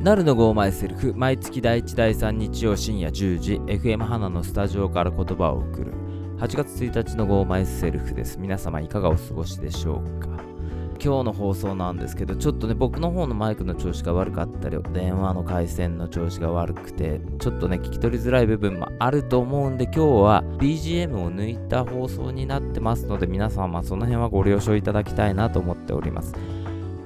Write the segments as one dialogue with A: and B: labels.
A: なるのゴーマイセルフ毎月第1第3日曜深夜10時 FM 花のスタジオから言葉を送る8月1日のゴーマイセルフです皆様いかがお過ごしでしょうか今日の放送なんですけどちょっとね僕の方のマイクの調子が悪かったり電話の回線の調子が悪くてちょっとね聞き取りづらい部分もあると思うんで今日は BGM を抜いた放送になってますので皆様その辺はご了承いただきたいなと思っております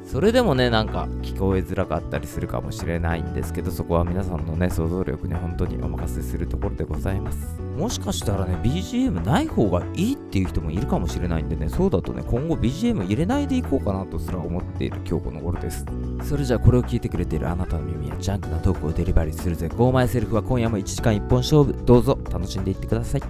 A: それでもねなんか聞こえづらかったりするかもしれないんですけどそこは皆さんのね想像力に本当にお任せするところでございますもしかしたらね BGM ない方がいいっていう人もいるかもしれないんでねそうだとね今後 BGM 入れないでいこうかなとすら思っている今日この頃ですそれじゃあこれを聞いてくれているあなたの耳やジャンクなトークをデリバリーするぜ Go My Self は今夜も1時間1本勝負どうぞ楽しんでいってください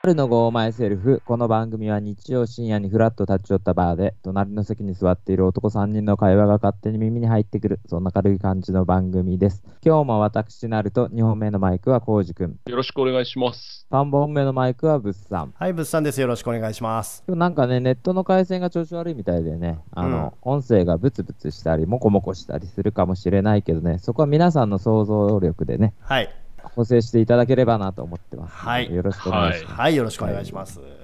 A: 春のゴーマイセルフ。この番組は日曜深夜にフラッと立ち寄ったバーで、隣の席に座っている男3人の会話が勝手に耳に入ってくる、そんな軽い感じの番組です。今日も私なると2本目のマイクはコウジくん、
B: よろしくお願いします。
A: 3本目のマイクはブッさん。
C: はい、物産です。よろしくお願いします。
A: でもなんかね、ネットの回線が調子悪いみたいでね、あの、音声がブツブツしたり、モコモコしたりするかもしれないけどね、そこは皆さんの想像力でね、
C: はい。
A: 補正していただければなと思ってます。
C: はい
A: よろしくお願いします。
C: はい、よろしくお願いします。
A: というこ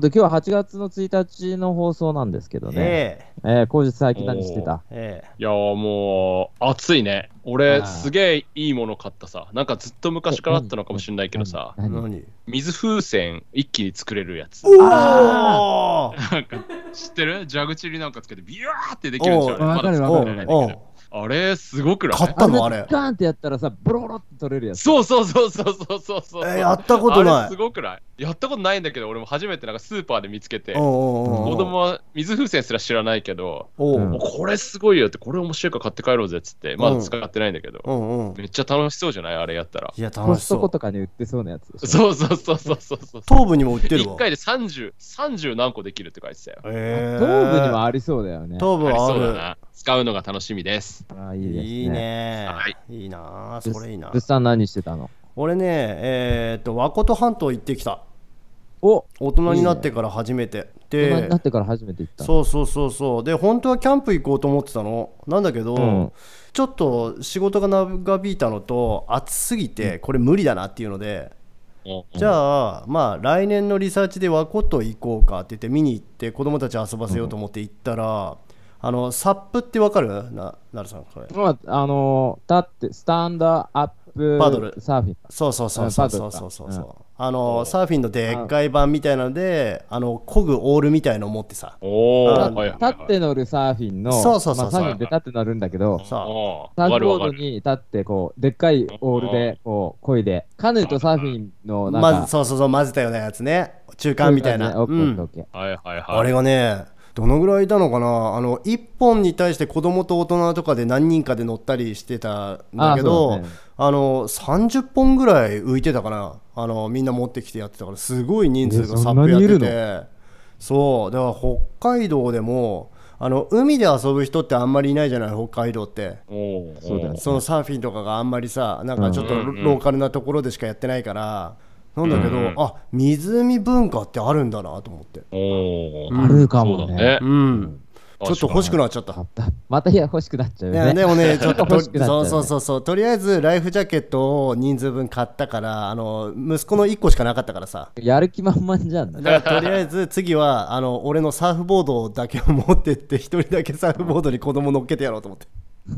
A: とで、今日は8月の1日の放送なんですけどね、
C: ええ
A: えー、後日最近何してた
C: え
B: いやーもう暑いね。俺
C: あー
B: すげえいいもの買ったさ。なんかずっと昔からあったのかもしれないけどさ、
C: え
A: 何何
C: 何
B: 水風船一気に作れるやつ。
C: あ
B: なんか知ってる蛇口になんかつけてビューってできるじゃん。
C: おう
B: まだ使
C: ー
A: わ
B: っ
A: か
C: お
B: て
A: る
B: な
C: う
B: いんだ
C: お
B: け
C: う
B: どあれすごくない
C: 買ったのあ
A: んな
C: れ。
A: ガーンってやったらさ、ボロボロって取れるやつ。
B: そうそうそうそうそうそうそう。
C: えー、やったこと
B: あれ
C: な
B: す
C: い。
B: ごくないやったことないんだけど俺も初めてなんかスーパーで見つけて。
C: おうおう
B: 子
C: おう
B: 供は水風船すら知らないけど、
C: おう
A: うん
B: もうこれすごいよって、これ面白いから買って帰ろうぜっつって、まだ使ってないんだけど、
C: うんうん。
B: めっちゃ楽しそうじゃないあれやったら。
C: いや、
A: コ
C: 楽し
A: スト
C: そ
A: コ
C: う。
A: とかに売ってそうなやつでしょ。
B: そうそうそうそうそうそう。
C: 頭部にも売ってる
B: 1
C: わ。
B: 回で30、30何個できるって書いてたよ。
C: ええ
A: 頭部にもありそうだよね。
C: 頭部
B: あり
C: は
B: そうだ
C: あ
B: な。使うのが楽しみです。
A: ああい
C: る。
A: いですね。
C: いいね
B: はい。
C: いいなあ
A: ブッ
C: それいいな
A: ブッさん何してたの
C: 俺ね、えーっと、和琴半島行ってきた。
A: お
C: 大人になってから初めて。
A: 大人に
C: で
A: な、ってから初めて行ったの
C: そうそうそうそうで本当はキャンプ行こうと思ってたのなんだけど、
A: うん
C: ちょっと仕事が長引いたのと暑すぎてこれ無理だなっていうので、じ
B: あ、
C: ゃあまあ来年のリサーチで和琴行こうかって言って見に行って子供たち遊ばせようと思って行ったら、あのサップってわかるななるさんそれ
A: まあ、あのー、立って、スタンドアップ
C: パドル
A: サーフィン。
C: そうそうそうそう
A: あパド
C: そ
A: ル
C: う
A: か
C: そうそう、
A: うん
C: あのサーフィンのでっかい版みたいなのであの漕ぐオールみたいのを持ってさ
B: お
C: あ
B: ー、
C: の
B: はいはい
A: 立
B: はい。
A: って乗るサーフィンの、
C: そうそうそう
A: まあ、サーフィンって立って乗るんだけど、
C: さあ
B: おー
A: サーフ
B: わか
A: ボ
B: るわか
A: ード
B: る。
A: に立って、こう、でっかいオールで、こう、漕いで、カヌーとサーフィンの、なんか、
C: まずそうそうそう混ぜたようなやつね中間みたいな、
A: オッケーオ
C: う
A: ッ
C: ん
A: ケーオッケー。
B: はいはい
C: あ
B: は
C: れ
B: い。
C: がね、どのぐらいいたのかな、あの1本に対して子供と大人とかで何人かで乗ったりしてたんだけ
A: あそう
C: ど、あ
A: だね
C: の30本ぐらい浮いてたかなあの、みんな持ってきてやってたから、すごい人
A: え
C: 数が
A: そ
C: サ
A: んなに
C: ップやっ
A: い
C: て
A: る
C: て、そう、だから北海道でも、あの海で遊ぶ人ってあんまりいないじゃない、北海道って。
B: おー
A: そうだよ
C: そのサーフィンとかがあんまりさなんかちょっとロ,、ーカルなところでしかやってないからなんだけど、あ湖文化ってあるんだなと思って
B: おー
A: あるか
B: そ
A: も
B: うだ
A: ね。
B: ね
C: う。んちょっと欲しくなっちゃった
A: 買ったまたいや欲しくなっちゃう
C: い
A: よ
C: や
A: ね。
C: でもね、ちょっとと、
A: 欲しくなっちゃう
C: そ
A: ね
C: うそうそうそう、とりあえずライフジャケットを人数分買ったから、あの息子の1個しかなかったからさ、
A: やる気満々じゃん。
C: だからとりあえず次はあの俺のサーフボードだけを持ってって、1人だけサーフボードに子供乗っけてやろうと思って。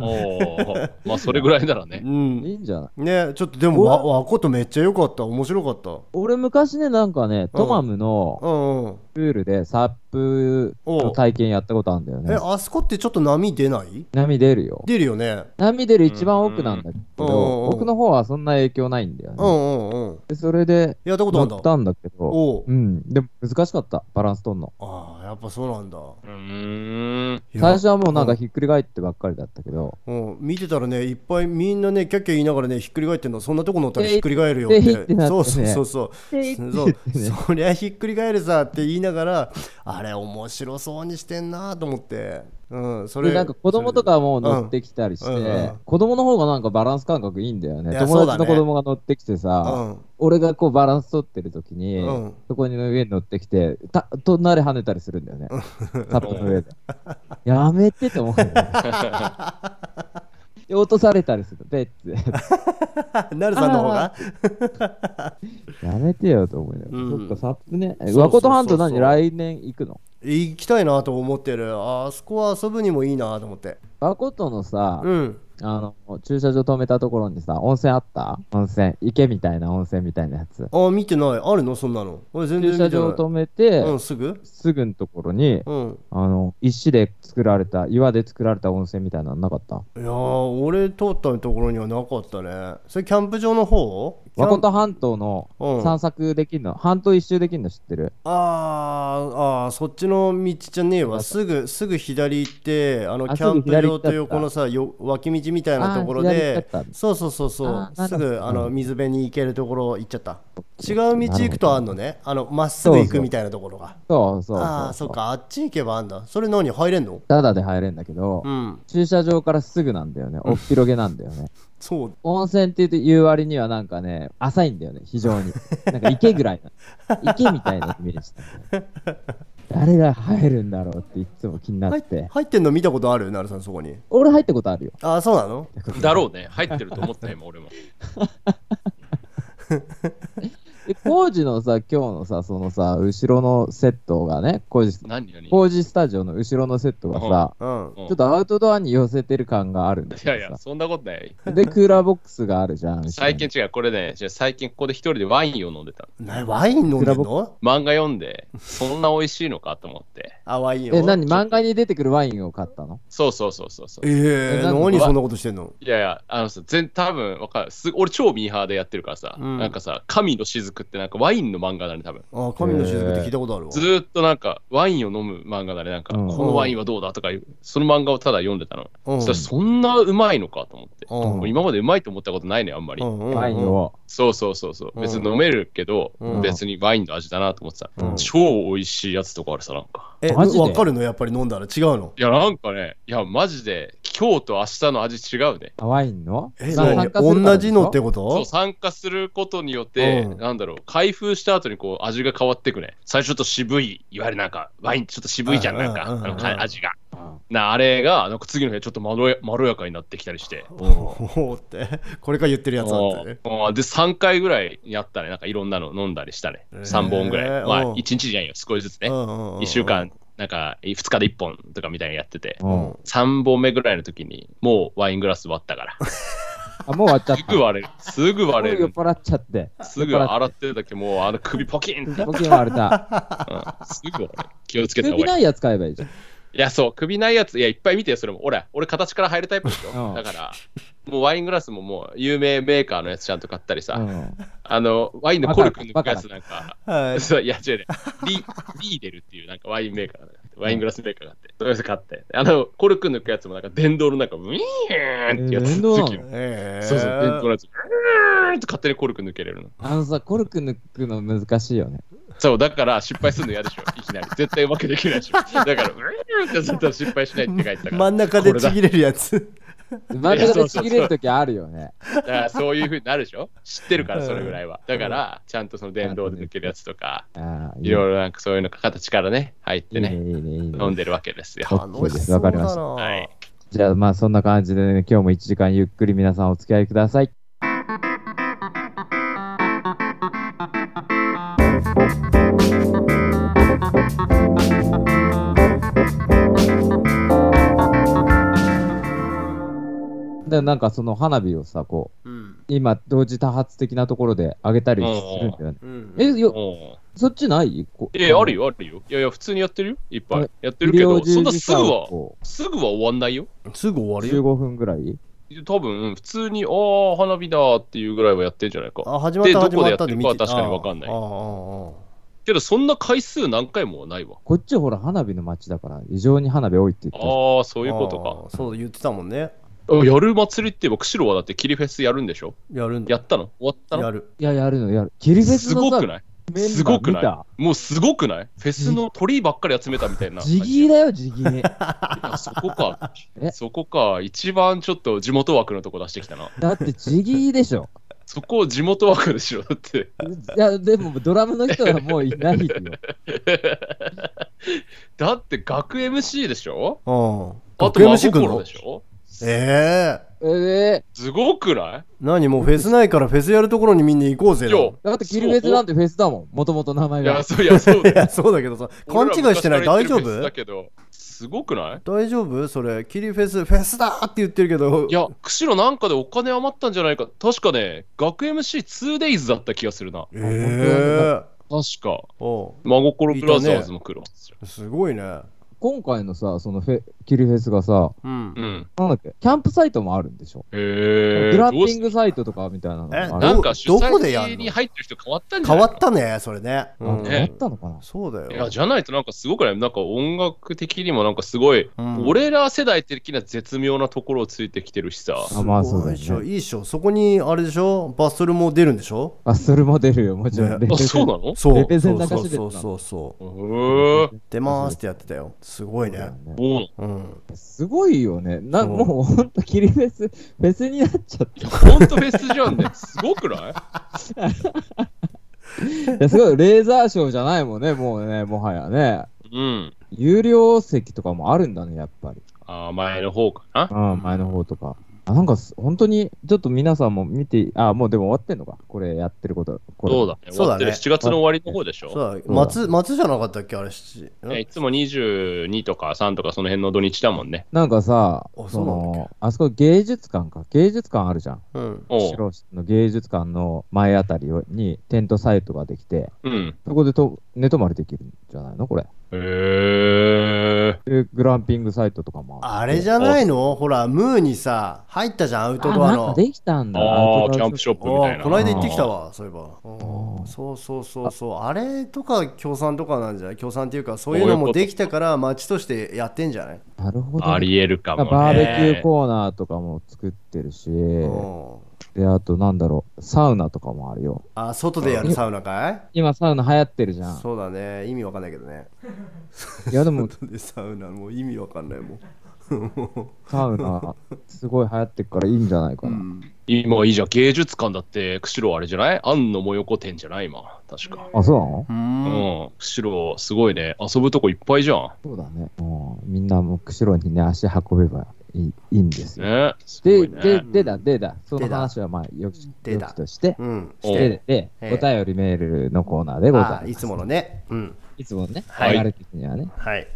B: おーまあ、それぐらいなら
C: う
B: ね。
C: ん、
A: いいんじゃない
C: ねちょっとでも、わわことめっちゃ良かった、面白かった。
A: 俺昔ね、なんかね、トマムの、
C: うんうん。
A: プールでサップの体験やったことあるんだよ
C: え
A: ね。
C: あそこってちょっと波出ない
A: 波出るよ。
C: 出るよね
A: 波出る一番奥なんだけ
C: うんうんうん
A: ど、奥の方はそんな影響ないんだよ
C: う
A: ね。
C: んうんうん
A: でそれで
C: やったこと
A: 乗
C: あるんだ
A: ったんだけど、
C: おう
A: うん、でも難しかった、バランス取んの。
C: ああやっぱそうなんだ
B: うーん。
C: いや
A: 最初はもうなんかひっくり返ってばっかりだったけど、
C: うん、見てたらねいっぱいみんなねキャッキャ言いながらねひっくり返ってんのそんなとこ乗ったらひっくり返るよって
A: ででってなって
C: そ
A: ね
C: うそうそうそう そうそりゃひっくり返るさって言いながらあれ面白そうにしてんなと思って、うん、それ
A: でなんか子供とかも乗って
C: き
A: きたりして、
C: うんうん
A: 子供の方がなんかバランス感覚いいんだよ
C: い
A: ね。
C: や
A: 友
C: そうだ
A: 達
C: ね
A: の子供が乗ってきて
C: た
A: さ、俺がこうバランス取ってる時に、
C: うん
A: そこにの上に乗ってきて、た隣跳ねたりするんだよね。タップの上で。やめてと思う んだよね。で落とされたりする。でって。
C: なるさんの方が
A: やめてよと思うよ。
C: うん
A: そっか、サップね。
C: そうそう
A: 和琴半島
C: そ
A: 何
C: うそう
A: 来年行くの
C: 行きたいなと思ってるあそこは遊ぶにもいいなと思って
A: 和琴のさ、
C: うん
A: あの、駐車場止めたところにさ、温泉あった温泉。池みたいな温泉みたいなやつ。
C: あ見てないあるのそんなの俺全
A: 駐
C: 然見てな
A: 車場
C: い
A: 止めて、
C: うんすぐ
A: すぐのところに、
C: うん
A: あの、石で作られた、岩で作られた温泉みたいなのなかった
C: いやー俺通ったところにはなかったねそれキャンプ場の方キャ
A: 和
C: ン
A: 琴半島の
C: うん
A: 散策できるの、半島一周できるの知ってる
C: あーあーそっちの道じゃねえわすぐすぐ左行ってあの
A: あ
C: キャン
A: すぐ
C: プ場と
A: 左行っちゃ
C: 横
A: った
C: のさよ脇道みたいなところ
A: あー
C: で
A: 左行っちゃった
C: そうそうそうそ
A: あー
C: う
A: なる
C: す
A: ほど
C: ぐあの
A: うん
C: 水辺に行けるところ行っちゃった違う道行くとあんのねあのまっすぐ行くみたいなところが
A: そうそうそう
C: ああーそっかあっち行けばあんだそれ何入れんの
A: ただで入れんだけど、
C: うん
A: 駐車場からすぐなんだよね。おっ広げなんだよね。
C: そう
A: 温泉って言う割にはなんかね、浅いんだよね、非常に。 なんか池ぐらいな。池みたいなイメージだね、 誰が入るんだろうっていつも気にな
C: 入
A: っ。
C: って入ってんの見たことあるなるさんそこに
A: 俺入ったことあるよ。
C: ああそうなの
B: だろうね。入ってると思った今俺も。
A: で、工事のさ、今日のさ、そのさ、後ろのセットがね、工事、
B: 何何
A: 工事スタジオの後ろのセットがさ、
C: うん
B: うん
A: ちょっとアウトドアに寄せてる感があるんだ
B: いやい
A: け
B: や
A: ど、
B: そんなことない。
A: さ。で、クーラーボックスがあるじゃん。後ろに
B: 最近違う、これね、じゃあ最近ここで一人でワインを飲んでた。
C: なワイン飲んでんの
B: 漫画読んで、そんな美味しいのかと思って。
C: あワインを
A: え、何漫画に出てくるワインを買ったの
B: そうそうそうそうそう。
C: ええ
A: えなんか
C: 何そんなことしてんの
B: いやいや、あのさ、全多分わかるす。俺超ミーハーでやってるからさ、
C: うん
B: なんかさ、神の雫ってなんかワインの漫画だね、多分。
C: あ神の雫って聞いたことあるわ
B: ずーっとなんかワインを飲む漫画だね、なんか、
A: うん
B: このワインはどうだとかいう、その漫画をただ読んでたの。
C: う
B: そ
C: ん
B: したらそんなうまいのかと思って。
C: うん
B: もう今までうまいと思ったことないね、あんまり。
C: うんうんうん
A: ワインを。
B: そうそうそうそうう。
C: ん
B: 別に飲めるけど、
C: うん
B: 別にワインの味だなと思ってた、
C: うん
B: 超美味しいやつとかあるさ、なんか。
C: え、
A: マジで
C: わかるのやっぱり飲んだら違うの
B: いや、なんかね、いや、マジで、今日と明日の味違うね。
A: あワインの
C: え、
A: まあ酸化する
C: 何
A: から
C: 同じのって
A: でしょ
C: こ
B: そう
C: と
B: 参加することによって、
C: うん
B: なんだろう、開封した後にこう味が変わってくね。最初ちょっと渋い、いわゆるなんか、ワインちょっと渋いじゃん、
C: うんうん
B: なんか、あ
C: うん
B: のか味が。
A: うん
B: なあれが、なんか次の日はちょっとまろやまろやかになってきたりして。
C: おーって、これから言ってるやつだっ
B: お
C: て。
B: ーで、3回ぐらいやったね、なんかいろんなの飲んだりしたね。
C: へー
B: 3本ぐらい。ま
C: うん
B: あ、1日じゃんよ、少しずつね。
C: 1
B: 1週。間、なんか2日で1本とかみたいにやってて。
A: うん
B: 3本目ぐらいの時に、もうワイングラス割ったから。
A: あ、もう終わっちゃっ
B: す
A: た。
B: ぐ割れる。すぐ割れ
A: 酔っ
B: る。
A: 払っちゃって。
B: すぐ洗ってるだけもうあの首ポキ ンって、
A: ポケモン割れた。
B: うんすぐ割れる気をつけた方
A: 首
B: が
A: ない
B: い
A: いやつ買え ばいいじゃん。
B: いやそう首ないやついやいっぱい見てよそれも俺俺形から入るタイプでし
A: う
B: ょ
A: ん
B: だからもうワイングラスももう有名メーカーのやつちゃんと買ったりさ、
A: うん
B: あのワインのコルクのやつなんか
C: は い。
B: そういや違うねリリーデルっていうなんかワインメーカーがあってワイングラスメーカーがあって、それで買ってあのコルク抜くやつもなんか電動のなんかウィーンってやつ、
A: えー電動なの
B: 時々
C: えー
B: そうそう電動のやつウィーンって勝手にコルク抜けれるの
A: あのさ、コルク抜くの難しいよね。
B: そう、だから失敗するの嫌でしょ、いきなり。絶対うまくできないでしょ。だから、うーんってずっと失敗しないって書いてたか
C: 真
B: ら
C: ん中でちぎれるやつ。
A: 真ん中でちぎれるときあるよね。
B: だからそういうふうになるでしょ。知ってるから、それぐらいは。だから、ちゃんとその電動で抜けるやつとか、
A: ああ
B: いろいろなんかそういうのが形からね、入って
A: いいね、いい
B: ね、
A: ね、いい
B: 飲ん
A: ね。
B: でるわけですよ。
C: 楽しそう
A: わかりま
C: だ
A: し
C: な。
A: た
B: はい。
A: じゃあ、まあそんな感じでね、今日も1時間ゆっくり皆さんお付き合いください。でなんかその花火をさこう
C: うん。
A: 今同時多発的なところで上げたりするんだよね。
C: うん
A: えよ
B: お
A: そっちないこ
B: いやいや、あるよ、あるよ。いやいや、普通にやってるよ。いっぱい
A: あ。
B: やって
A: 医
B: るけ
A: 療
B: ど、そ
A: 従
B: んな
A: 事
B: す
A: 者
B: ぐ
A: を
B: は、
A: こう
B: すぐは終わんないよ。
C: すぐ終わるよ。
A: 15分ぐらい
B: 多分、普通に、ああ、花火だっていうぐらいはやってんじゃないか。
C: あ、始まった、
B: で
C: 始まっ
B: ど
C: た
B: こでやってる
C: 見
B: か
C: て
B: は確かにわかんない
C: ああああああ
B: けど、そんな回数何回もはないわ。
A: こっちはほら花火の街だから、異常に花火多いって言って
B: ああ、そういうこと
C: ああそう言ってたもんね。
B: か。あやる祭りって僕、釧路はだって、キリフェスやるんでしょ
C: やるん
B: やったの終わった
C: や
B: の
C: る。
A: た。いや、やるの、やる。キリフェス
B: す
A: の
B: ご
A: さ、
B: くない
A: メンバー
B: すごく
A: 見
B: な
A: た
B: いもうすごくないフェスの鳥ばっかり集めたみたいな。
A: ジギーだよ、ジギー。
B: あそこか
A: え。
B: そこか。一番ちょっと地元枠のとこ出してきたな。
A: だってジギーでしょ。
B: そこを地元枠でしろ。だって。
A: いや、でもドラムの人はもういないよ。
B: だって学 MC でしょ
C: うん。
B: あと
C: 学園
B: 真
C: 虫来ん
B: 心
C: の
B: でしょ
C: ええ
A: ええ
B: すごくない
C: 何もうフェスないからフェスやるところにみんな行こうぜだ。
B: いや
C: い
A: だってキリフェスなんてフェスだもん。もともと名前
B: い
A: が
B: や、。そういや、そうだよ。
C: や、そうだけどさ、 勘違いしてない
B: 俺
C: 大
B: ら昔から言ってるフ
C: 丈
B: ェス
C: 夫
B: だけど、すごくない
C: 大丈夫それ、キリフェス、フェスだーって言ってるけど、
B: いや、釧路なんかでお金余ったんじゃないか。確かね、学 MC2days だった気がするな。
C: え
B: 確か。
C: えお
B: 真心ブラザーズも来る。
C: うすごいね。
A: 今回のさ、そのフェキリフェスがさ、
C: う
B: う。
C: ん
B: ん。
A: なんだっけ、キャンプサイトもあるんでしょ。
B: へえ。
A: グラッ
B: どう
A: ピ
B: し
A: ングサイトとかみたいなのが
C: え
A: あれ
B: な
A: あ
B: んか主
C: どこでやん
B: 催
C: の
B: に入ってる人変わったんじゃ
C: 変
B: ない
C: わ
B: の
C: ったね、それね。うん
A: 変わったのかな
C: そうだよ。
B: いや、じゃないとなんかすごくないなんか音楽的にもなんかすごい、
C: うん
B: 俺ら世代的な絶妙なところをついてきてるしさ。
C: す
A: あまあそうだよ
C: ごい
A: ね
C: でしょ、いいっしょ。そこに、あれでしょバストルも出るんでしょ
A: あ、それも出るよ、もちろん。
C: ね
B: あ、そう なの
C: そう。
A: レペゼン
C: そ
A: 流
C: う
A: しでた
C: そ
A: の
C: うそうそう。
B: うー
C: 出ますってやってたよ。すごいね。
B: そうなの
C: うん。
A: すごいよね。な
C: そう
A: もうほんとキリフェ ス、フェスになっち ゃっ
B: ほんとフェスじゃんね。すごくない
A: た。いや、すごい、レーザーショーじゃないもんね、もうね、もはやね。
B: うん。
A: 有料席とかもあるんだね、やっぱり。
B: あー前の方かな。
A: うん、前の方とか。あなんかす、本当に、ちょっと皆さんも見て、あ、もうでも終わってんのか。これやってること。これ
B: そうだね。終
C: そ
B: わ
C: うだ
B: っ
C: ね
B: てる7月の終わりの方でしょ。
C: そうだ、松、松じゃなかったっけあれ、七。
B: ねいつも22とか3とかその辺の土日だもんね。
A: なんかさ、
C: あ
A: そ
C: そうなんだっ
A: の、あそこ芸術館か。芸術館あるじゃん。
C: うん。
B: おう
A: 白石の芸術館の前あたりにテントサイトができて、
B: うん。
A: そこでと寝泊まりできるんじゃないのこれ。
B: へえ。
A: で、グランピングサイトとかも
C: あれじゃないのほら、ムーにさ、入ったじゃん、アウ
A: あ
C: トドア
A: なんか
C: の。
A: できたんだ。
B: あ
A: アウ
B: あ、
A: ト
B: キ
A: ドア
B: ャンプショップみ
C: お
B: たい
C: ー
B: な。
C: この間行ってきたわ、そういえば。
A: ー
C: うんそうそうそうそう。あれとか協賛とかなんじゃない協賛っていうか、そういうのもできたから、町としてやってんじゃない
A: なるほどね、
B: ありえるかも、ね。
A: バーベキューコーナーとかも作ってるし、
C: うん
A: で、あとなんだろう、サウナとかもあるよ。
C: あ、外でやるサウナかい
A: 今サウナ流行ってるじゃん。
C: そうだね、意味わかんないけどね。
A: いやでも
C: 本当でサウナもう意味わかんないもん。
A: サウナすごい流行ってるからいいんじゃないかな。
B: 今いいじゃん。芸術館だって、釧路あれじゃない庵野もよこ店じゃない今。確か。
A: あ、そうなの
B: う
C: うん
B: ん。釧路、すごいね。遊ぶとこいっぱいじゃん。
A: そうだね。もうみんなもう釧路にね、足運べばいいいいんですよ。
B: ね。すご
A: で、
B: い
A: で、
B: ね。
A: でだ、でだ、その
C: でだ
A: 話はまあ、よき、
C: で
A: よ
C: だ
A: きとして、
C: うん。
B: お
A: で、で、
C: ええ
A: お便りメールのコーナーでございま
C: あ
A: す。
C: いつものね。うん。
A: いつものね、
B: はい
A: 流れ的にはね。
C: はい。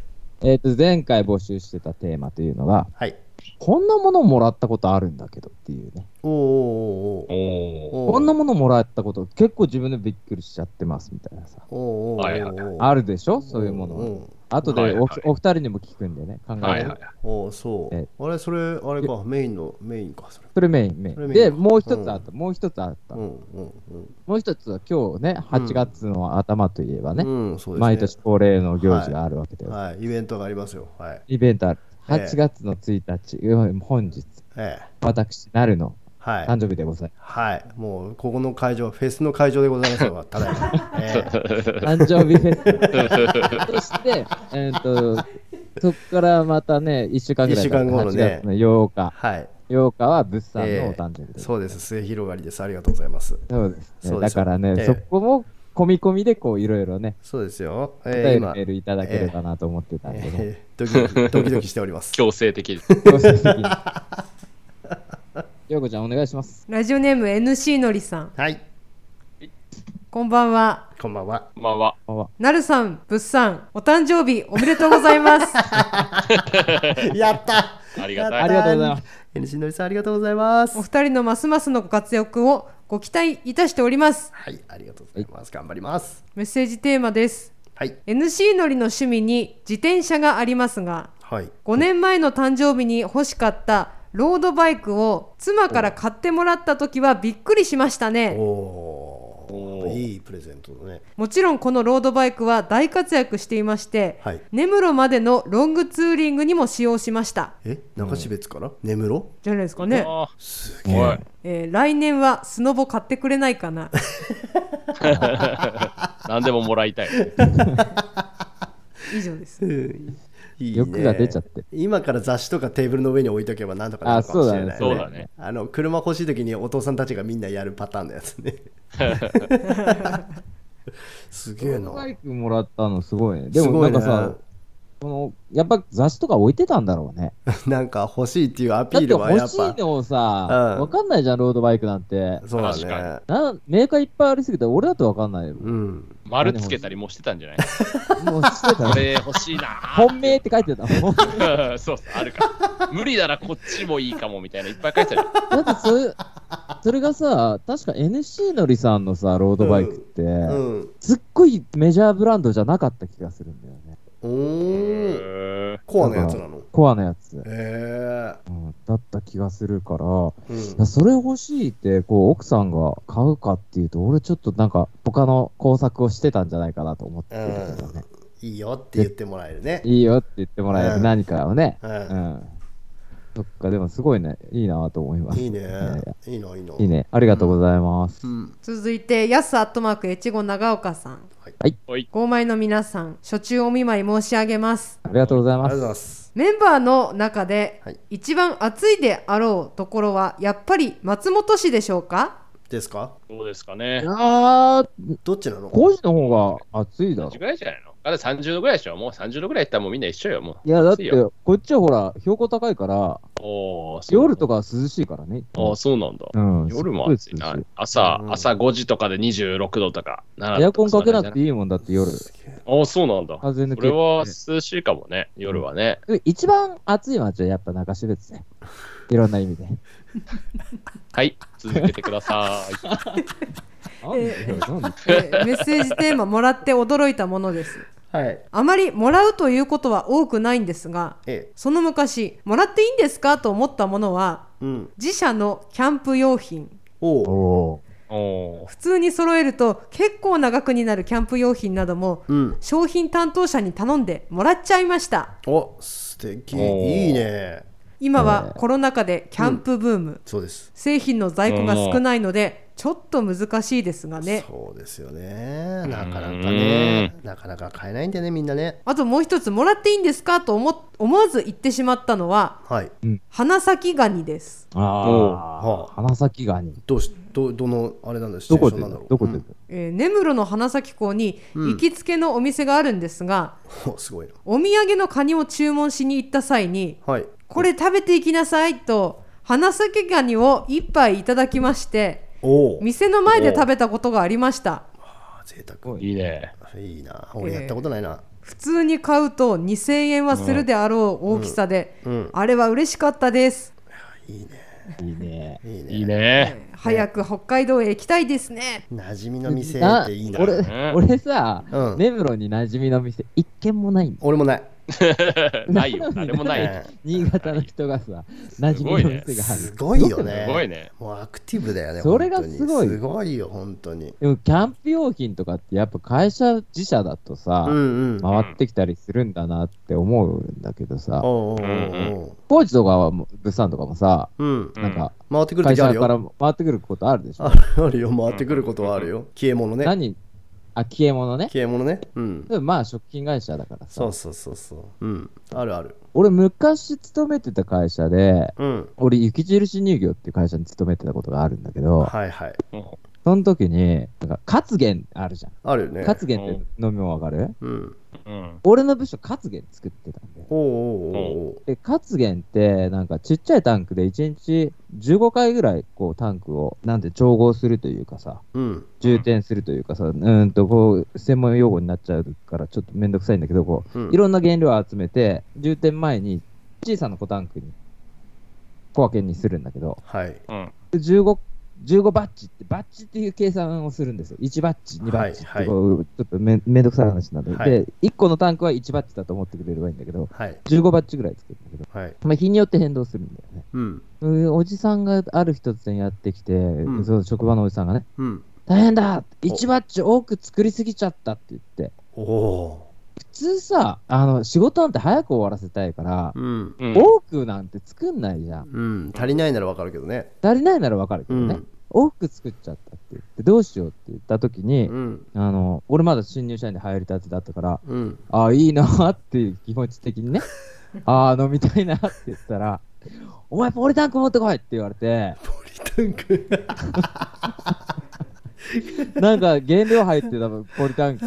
A: えっと、前回募集してたテーマというのが、
C: はい。
A: こんなものもらったことあるんだけどっていうね。
C: おーおーお
B: お
C: ー
B: お。
C: おー。
A: こんなものもらったこと、結構自分でびっくりしちゃってますみたいなさ。
C: おーおーおー
B: はいはい
A: あるでしょそういうも
C: おー
A: の。
C: おー
A: 後で
B: はいはい
A: お
B: はい
A: お二人にも聞くんでね、考えて
B: はいはい。
C: おーそう。
A: え
C: あれ、それ、あれか、メインの、メインか、それ。
A: それメイン、メイ
C: それ
A: ン。
C: メイン
A: で、もう一つあった、もう一つあった。
C: う
A: も
C: んうんうん。
A: う一つは今日ね、8月の頭といえばね、
C: うん、そうですね。
A: 毎年。恒例の行事があるわけで、
C: はい、イベントがありますよ。はい。
A: イベントある。
C: ええ
A: 8月の1日、うん本日、
C: ええ。
A: 私、なるの
C: は
A: 誕
C: い。
A: 生日でござい
C: はい。もう、ここの会場、フェスの会場でございます よ。ただいま。え
A: ます。誕生日フェス。 そして、えーっと、そこからまたね、1週間ぐらい経って
C: 一週間後のね
A: 8月の8
C: え
A: 日、
C: はい。
A: 8日は物産
C: え
A: の
C: え
A: お誕生日です。
C: そうです。末広がりです。ありがとうございます。
A: そうですね
C: そうで
A: だ
C: すよ
A: からね、
C: ええ
A: そこも込み込みで、こう、いろいろね、
C: そうですよ。
A: お便
C: ええ
A: りメ
C: 今、
A: ールいただければなと思ってたんでね、
C: ええド キドキドキドキしております。
B: 強制的。
A: 強制的 に。ようこちゃん、お願いします。
D: ラジオネーム NC のりさん
C: はい、
D: こんばんは
C: こんば んは。
B: まあま
A: こんばんは
D: なるさんぶっさんお誕生日おめでとうござ います
C: やった
B: あ。ありがたい
A: ありがとうございます。
C: NC のりさん、ありがとうございます
D: お。二人のますますのご活躍をご期待いたしております
C: はい、ありがとうございます。頑張ります。
D: メッセージテーマです
C: はい。
D: NC 乗りの趣味に自転車がありますが
C: はい。
D: 5年前の誕生日に欲しかったロードバイクを妻から買ってもらった時はびっくりしましたね
C: お
B: お
C: ー
B: ー
C: いいプレゼントだね。
D: もちろんこのロードバイクは大活躍していまして、
C: はい
D: 根室までのロングツーリングにも使用しました
C: え、中標津から根室
D: じゃないですかね、
B: あ
C: す
B: ーおい
D: えー来年はスノボ買ってくれない かな
B: 何でももらい たい。
D: 以上です
C: いいね
A: 欲が出ちゃって
C: 今から雑誌とかテーブルの上に置いとけばなんとかなるか
A: あ
C: もし
A: そうだね
C: れないね
B: そうだね
C: あの車欲しい時にお父さんたちがみんなやるパターンのやつねすげえな
A: バイクもらったのすごいね。ですも
C: ご
A: ないん
C: ね
A: かさ、このやっぱ雑誌とか置いてたんだろうね。
C: なんか欲しいっていうアピ
A: だって
C: ールはや
A: 欲
C: っ
A: しい
C: ぱ
A: のをさ、
C: うん
A: わかんないじゃん、ロードバイクなんて。
C: そう
B: 確
C: だ
B: か
C: ね
A: なメーカーいっぱいありすぎて、俺だとわかんないよ。
C: うん
B: 丸つけたりもしてたんじゃない
A: もうしてた
B: こ
A: ね。
B: れ欲しいなー
A: 本命って書いてたもん。だ
B: うん そうそう、あるから。無理ならこっちもいいかもみたいな、いっぱい書いてある。
A: ってそれ、それがさ、確か NC のりさんのさ、ロードバイクって、
C: うん
A: すっごいメジャーブランドじゃなかった気がするんだよね。
C: お
B: う
C: ー
B: ーん
C: コアのやつなの
A: コアのやつ、
C: へ
A: うんだった気がするから、い
C: えうん
A: やそれ欲しいって、こう、奥さんが買うかっていうと、俺ちょっとなんか、他の工作をしてたんじゃないかなと思ってるけどね。
C: いいよって言ってもらえるね
A: いいよって言ってもらえ
C: う
A: る
C: ん
A: 何かをね。
C: う
A: うんん。そっか、でもすごいね、いいなと思います。
C: いいね
A: やや
C: いいのいいの
A: いいね、ありがとうございます。
C: うん
D: 続いてやすアットマーク越後長岡さん
B: おい、
D: 豪米の皆さん初中お見舞い申し上げます
A: ありがとうござい
C: ありが
A: ま
C: とうご
A: す。
C: ざいます
D: メンバーの中で、
C: はい
D: 一番暑いであろうところはやっぱり松本市でしょうか
C: ですか
B: どうですかね。
A: あー、
C: どっちなの
A: 工事の方が暑いだろ
B: 何時。ぐらいじゃないのあれ30度ぐらいでしょもう30度ぐらいいったらもうみんな一緒よ。もう
A: いや、だっ
B: 暑
A: て
B: よ、
A: こっちはほら、標高高いから、
B: おーそう
A: 夜とかは涼しいからね。
B: ああ、そうなんだ。
A: うん、
B: 夜も暑い
A: すっ
B: な
A: ご涼し。
B: 朝、
C: うん
B: 朝5時とかで26度とか。
A: エアコンかけなくて
B: い。
A: いいもんだって夜。
B: ああ、そうなんだ。
A: 風抜
B: それ
A: け。
B: は涼しいかもね、夜はね。
A: 一番暑い街はやっぱ中標津ね。いろんな意味で。
B: はい、続けてください。
D: えーメッセージテーマもらって驚いたものです
C: はい
D: あまりもらうということは多くないんですが
C: え
D: その昔もらっていいんですかと思ったものは
C: えうん
D: 自社のキャンプ用品
C: お
A: お
C: う
A: お
B: おー
D: 普通に揃えると結構な額になるキャンプ用品なども
C: うん
D: 商品担当者に頼んでもらっちゃいました
C: お素敵
B: おー
C: いいね
D: 今はコロナ禍でキャンプブーム、
C: そうです
D: 製品の在庫が少ないのでちょっと難しいですがね
C: そうですよねなかなかねなかなか買えないんだよねみんなね
D: あともう一つもらっていいんですかと思っ思わず言ってしまったのは
C: はい
D: 花咲ガニです、
C: おう
A: ああ。花咲ガニ。
C: どうしどどのあれなんだシチュ
A: ど
C: エー
A: こ
C: ショ
A: で
C: ンなんだろう
A: どこで
D: えー根室の花咲港に
C: うん
D: 行きつけのお店があるんですが、
C: うんおすごいな
D: お土産のカニを注文しに行った際に
C: はい
D: これ食べていきなさいと花咲ガニを一杯いただきまして
C: おお
D: 店の前で食べたことがありました
C: 贅沢
B: いいね。
C: いいな俺やったことないな
D: 普通に買うと2000円はするであろう大きさで、
C: うん
D: あれは嬉しかったです
C: いいね
A: いいね。
C: いいね
B: いいね。
D: 早く北海道へ行きたいですね
C: 馴染みの店っていいな
A: 俺、俺さ
C: う、ん
A: 根室に馴染みの店、一軒もないんだよ
C: 俺もない
B: ないよ、誰 もないよ。
C: ね
A: 新潟の人がさ、馴染みの店がある
C: す。ごいよね
B: すごいね。
C: もうアクティブだよね
A: それが
C: 本当に
A: すごい
C: すごいよ本当に
A: でも、キャンプ用品とかって、やっぱ会社自社だと
C: うん
A: さ、
C: うん
A: 回ってきたりするんだなって思うんだけどさ、
C: おうおうおうお
A: 工事とかはもう物産とかもさ、
C: ううん
B: うん
A: なんか
C: 回ってくる
A: 会
C: 時あ
A: 社
C: る
A: から
C: よ
A: 回ってくることあるでしょ。
C: あるよ回ってくることはあるよ消え物ね
A: 何あ、消え物ね。
C: 消え物ねうん
A: でもまあ食品会社だから
C: そ
A: さ
C: う。そうそうそううんあるある
A: 俺昔勤めてた会社で、
C: うん
A: 俺雪印乳業っていう会社に勤めてたことがあるんだけど、
C: はいはい
A: その時に、なんか、カツゲンあるじゃん。
C: あるよね
A: カツゲンって飲み物わかる
C: うん
B: うん。
A: 俺の部署カツゲン作ってたんだよ。
C: おうおうおうおう
A: で、カツゲンって、なんかちっちゃいタンクで1日15回ぐらい、こうタンクを、なんて調合するというかさ、
C: うん
A: 充填するというかさ、うーんと、こう、専門用語になっちゃうからちょっとめんどくさいんだけど、こう、
C: うん
A: いろんな原料を集めて、充填前に小さな小タンクに小分けにするんだけど、
C: は
B: う
C: い
B: ん。
A: で 15, 15バッチってバッチっていう計算をするんですよ。1バッチ、2バッチって
C: はいはい
A: こう、ちょっとめめんどくさい話なんで、
C: はい
A: で、1個のタンクは1バッチだと思ってくれればいいんだけど、
C: はい
A: 15バッチぐらいつけるんだけど、
C: はい
A: まあ、日によって変動するんだよね。
C: うん
A: うんおじさんがある日突然やってきて、
C: ん
A: そう職場のおじさんがね、
C: うん
A: 大変だ !1 バッチ多く作りすぎちゃったって言って、
C: おお
A: 普通さ、あの、仕事なんて早く終わらせたいから
C: ー、うん
B: うん
A: 多くなんて作んないじゃん。
C: うん足りないならわかるけどね
A: 足りないならわかるけ
C: う
A: ど
C: ん
A: ね、多く作っちゃったって言って、どうしようって言った時に、
C: うん
A: あの、俺まだ新入社員で入りたてだったから、
C: うん
A: ああ、いいなーっていう気持ち的にね、ああ、飲みたいなって言ったら、お前ポリタンク持ってこいって言われて、
C: ポリタ ンク
A: なんか原料入ってたポリタンク、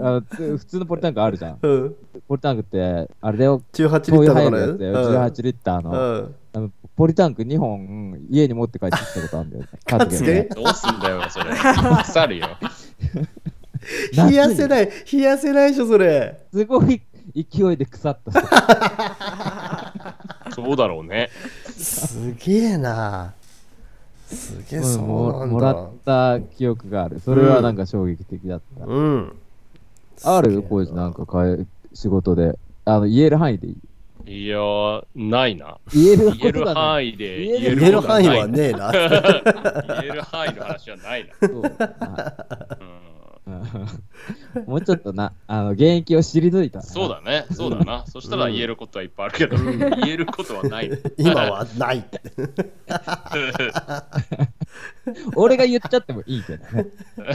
A: あのつ普通のポリタンクあるじゃん。
C: うん
A: ポリタンクって、あれだよ、
C: 18リッタ
A: 灯
C: ー
A: 油
C: だ
A: 入
C: か
A: る
C: ら
A: やつだよ、18リッター
C: う
A: の。
C: んうん
A: あのポリタンク2本、家に持って帰ってきたことあるんだよね。
C: かつて
A: ね
B: どうすんだよ、それ。腐るよ。
A: 夏
C: 冷やせない冷やせないでしょそれ
A: すごい勢いで腐ったさ。
B: そうだろうね。
C: すげえなすげえ
A: うん
C: そうな
A: も
C: ん
A: も
C: だ
A: らった記憶がある。それはなんか衝撃的だった。
C: うん
A: あ
C: す
A: る
C: げえ
A: こうじなんか変え仕事で。あの、言える範囲でいい。
B: いやー、ないな。
A: 言える
B: 言え
A: こと
B: る
A: がない。
B: 範囲で
A: 言え
C: 言える
B: ことがな
C: 範
B: い
C: 囲はねえな
B: 言える範囲の話はないな。
A: そうは
B: うん
A: いもうちょっとな、あの、現役を退いた。
B: そう。だね、そうだな。そしたら言えることはいっぱいあるけど、言えることは ない。
C: 今はないって
A: 俺が言っちゃってもいいけどね。
B: 俺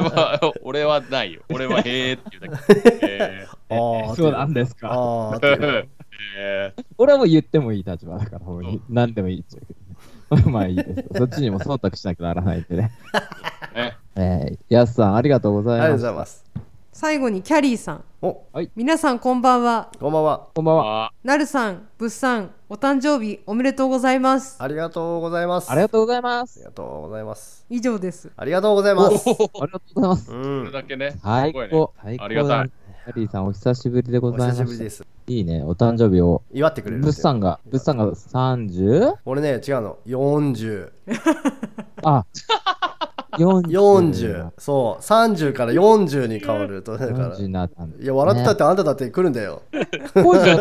B: は、俺はないよ。俺はへえって言うだ け。え
C: ああ
A: そうなんですか。
C: ああって
B: ーえー
A: 俺はもう言ってもいい立場だから、ほんまに何でもいいっちゃうけどね。まあいいです。そっちにも忖度しなきゃならないんでね。
B: ね
A: えー、やすさん、ありがとうござ
C: あり
A: い
C: がとう
A: ま
C: ご
A: す。
C: ざいます。
D: 最後にキャリーさん
C: お、
D: 皆さんこんばんは
C: こんばんは。
A: こんばんは。
B: あ
D: なるさんぶっさんお誕生日おめでとうございます
C: ありがとうございます。
A: ありが
C: あ
A: とうございます
C: り。がとうございます。
D: 以上です
C: ありがとうございます。
A: ありがとうございます。
B: それ
C: うん。
B: だけね。
A: 最
B: すごい
A: 高。
B: ね
A: 最
B: あ
A: 高
B: りが
A: だ
B: た
A: ね
B: い。。
A: ハリーさん、お久しぶりでご
C: お
A: ざいます。
C: 久しぶりです。
A: いいね、お誕生日を。
C: 祝ってくれるん
A: ブ
C: で
A: ッ
C: すよ
A: さんが、ブッさんが 30?
C: 俺ね、違うの。40。
A: あ、40。
C: 40。そう。30から40に変わると、だから。
A: 40
C: い
A: になったんだ
C: や、笑ってたってあんただって来るんだよ。
A: ねこうじゃ、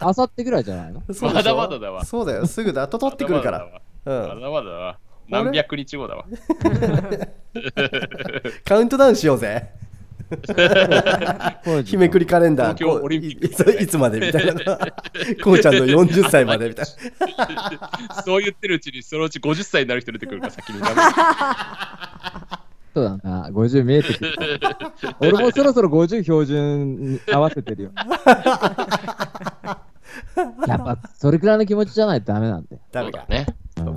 A: あさってぐらいじゃないの
C: そうでしょ
B: まだまだだわ
C: そうだよ。すぐだ。と取ってくるか
B: まだま
C: ら。う
B: だだわまだま
C: ん。
B: だだわ。何百日後だわ。
C: カウントダウンしようぜ。日めくりカレンダー。
B: 東京オリンピック
C: こういいついつまでみたい な。こうちゃんの40歳までみたいな。
B: そう言ってるうちに、そのうち50歳になる人出てくるから、先に。
A: そうだな、50見えてくる。 俺もそろそろ50標準に合わせてるよ。やっぱ、それくらいの気持ちじゃないとダメなんだよ。
C: ダ
B: そ
C: メ
B: うだ
C: か。
B: ね。
A: うん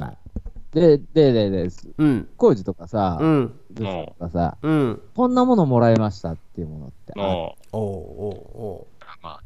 A: で、で、で、で、
C: うん。
A: 工事とかさ、
C: うん。
A: ブッさんとかさ、
C: うん。
A: こんなものもらいましたっていうものって。
B: もう
C: おうお
B: ま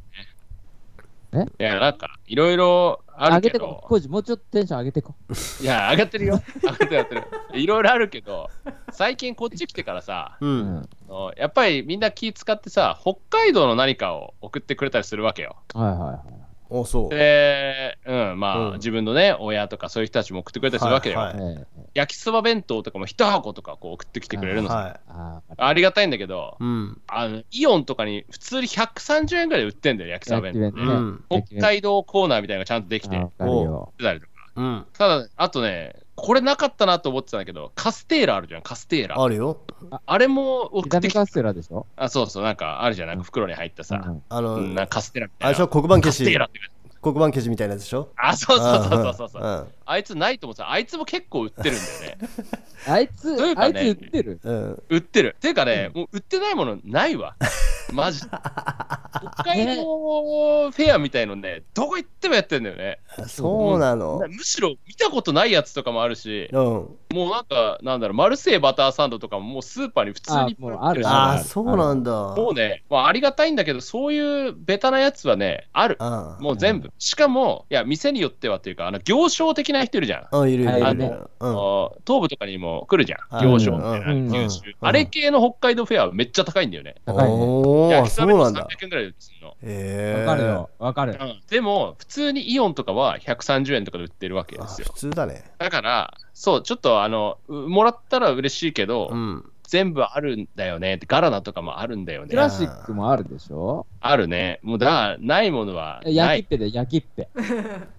B: あね。いや、なんか、いろいろあ
A: 上
B: る
A: げ
B: け
A: てこ
B: ど、
A: 工事もうちょっとテンション上げてこ。
B: いや、上がってるよ。上がってる上がってる。いろいろあるけど、最近こっち来てからさ、
C: うおう。う。
A: うんん。
B: あのやっぱりみんな気使ってさ、北海道の何かを送ってくれたりするわけよ。
A: はいはいはい。
C: おそう。
B: で、うん、まあ、
C: うん
B: 自分のね、親とかそういう人たちも送ってくれたりするわけよ。
C: はいはい
A: ええ
B: 焼きそば弁当とかも一箱とかこう送ってきてくれるのさ。
C: は
A: あー
B: ありがたいんだけど
C: い。、うん。
B: あのイオンとかに普通に130円ぐらいで売ってんだよ、焼きそば弁
A: 焼き
B: 当。
C: う
A: 弁
C: ん。
B: 北海道コーナーみたいなのがちゃんとできて、
A: あ
B: 売
A: わ
B: っ
A: かるよ。
B: てたりとか。
C: うん。
B: ただ、あとね、これなかったなと思ってたんだけど、カステーラあるじゃん、カステーラ。
C: あ
B: あ
C: るよ。
B: れも送
A: 刻
B: って
A: み
B: きて
A: カステラでしょ
B: あ、そうそう、なんかあるじゃん、なんか袋に入った
A: う
B: さ、
A: ん
C: あの、
B: うん、なんかカステラみ
C: あ
B: たいな。
C: れでしょ黒板消
B: カステーラ
C: し
B: っ。て
C: 黒板消しみたいなやつでしょ
B: あ、そうそうそうそうそう。う
C: うん
B: あいつないと思ってた。あいつも結構売ってるんだよね。
A: あいつ、
B: という
A: あ
B: か
A: い
B: ね
A: つ売ってる。
C: うん。うん。
B: 売ってる。ていうかね、もう売ってないものないわ。マジで。北海道フェアみたいの ね、どこ行ってもやってんだよね。
C: そうなの。
B: むしろ見たことないやつとかもあるし、
C: うん。
B: もうなんか、なんだろう、マルセイバターサンドとかももうスーパーに普通にいっぱい売ってるし
A: あ
C: あ
A: あ
C: あ、そうなんだ。
B: もうね、まあ、ありがたいんだけど、そういうベタなやつはね、ある。
C: あ
B: もう全部。しかも、いや、店によってはっていうか、あの、行商的な人いるじゃん。
C: あ。うん、いるいるい
A: あ
C: る
A: いるね。
C: う
B: あ
C: ん。
B: の東部とかにも来るじゃ
C: は
B: ん。
C: い
B: 行商みたい
C: うん
B: な、
A: うん
B: 九州
C: うん
B: あれ系の北海道フェアはめっちゃ高いんだよね。
A: 高いね。
C: お
B: 焼
C: お、
B: き
C: そ
B: そうば弁
C: な
B: 当
C: んだ。
B: 300円ぐらいでるようにするの。
C: え
A: わ
C: ー、
A: かるよ。わかる。
B: うんでも、普通にイオンとかは130円とかで売ってるわけで
C: あ
B: すよ
C: 普。通だね
B: だから、そう、ちょっとあの、うもらったら嬉しいけど、
C: うん
B: 全部あるんだよねって、ガラナとかもあるんだよ
A: ク
B: ね。
A: ラシックもあるでしょ
B: あるね。もうだから、ないものはな
A: 焼き
B: い
A: っ。ぺで焼きっぺ。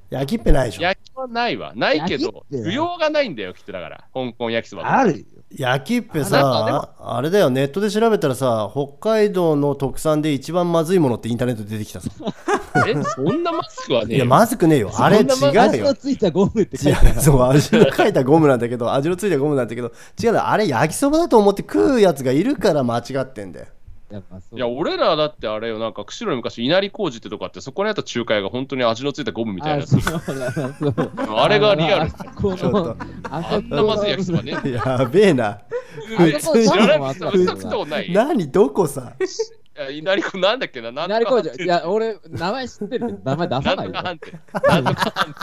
C: 焼きっぺないでしょ
B: 焼きはないわ。ないけ
A: 焼きっ
B: ど、
A: てな
B: 需要がないんだよ、きっとだから。香港焼きそばとか
A: あるよ。
C: 焼きっぺ
B: あなんかでも
C: さあれだよネットで調べたらさ北海道の特産で一番まずいものってインターネットで出てきたさ
B: え、そんなマスクはねえ
C: いや
B: よ、
C: まずくねえよあれ違
B: そんなまず
A: 味
C: うよ
A: のついたゴムって書
C: 違
A: いてあ
C: う
A: る。
C: そう味の書いたゴムなんだけど味のついたゴムなんだけど違うのあれ焼きそばだと思って食うやつがいるから間違ってんだよ
A: やっぱそう
B: いや、俺らだってあれよ、なんか、釧路の昔、稲荷工事ってとこあって、そこにあった仲介が本当に味のついたゴムみたいなやつ。
A: あそうだそう
B: あれがリアル
A: あそこ
C: ちょっ
A: の
C: と、
A: あそこ
B: あんなまずい焼きそばね。
C: やべえな
B: え知らない知らない食ったことない。い
C: 何ど こさ
B: や稲荷工なんだっけな、なん
A: なり
B: とか
A: 工場。いや、俺、名前知ってるけど、名前出
B: な
A: さ
B: ん
A: ない
B: と
A: よ
B: か。判定。なんとか判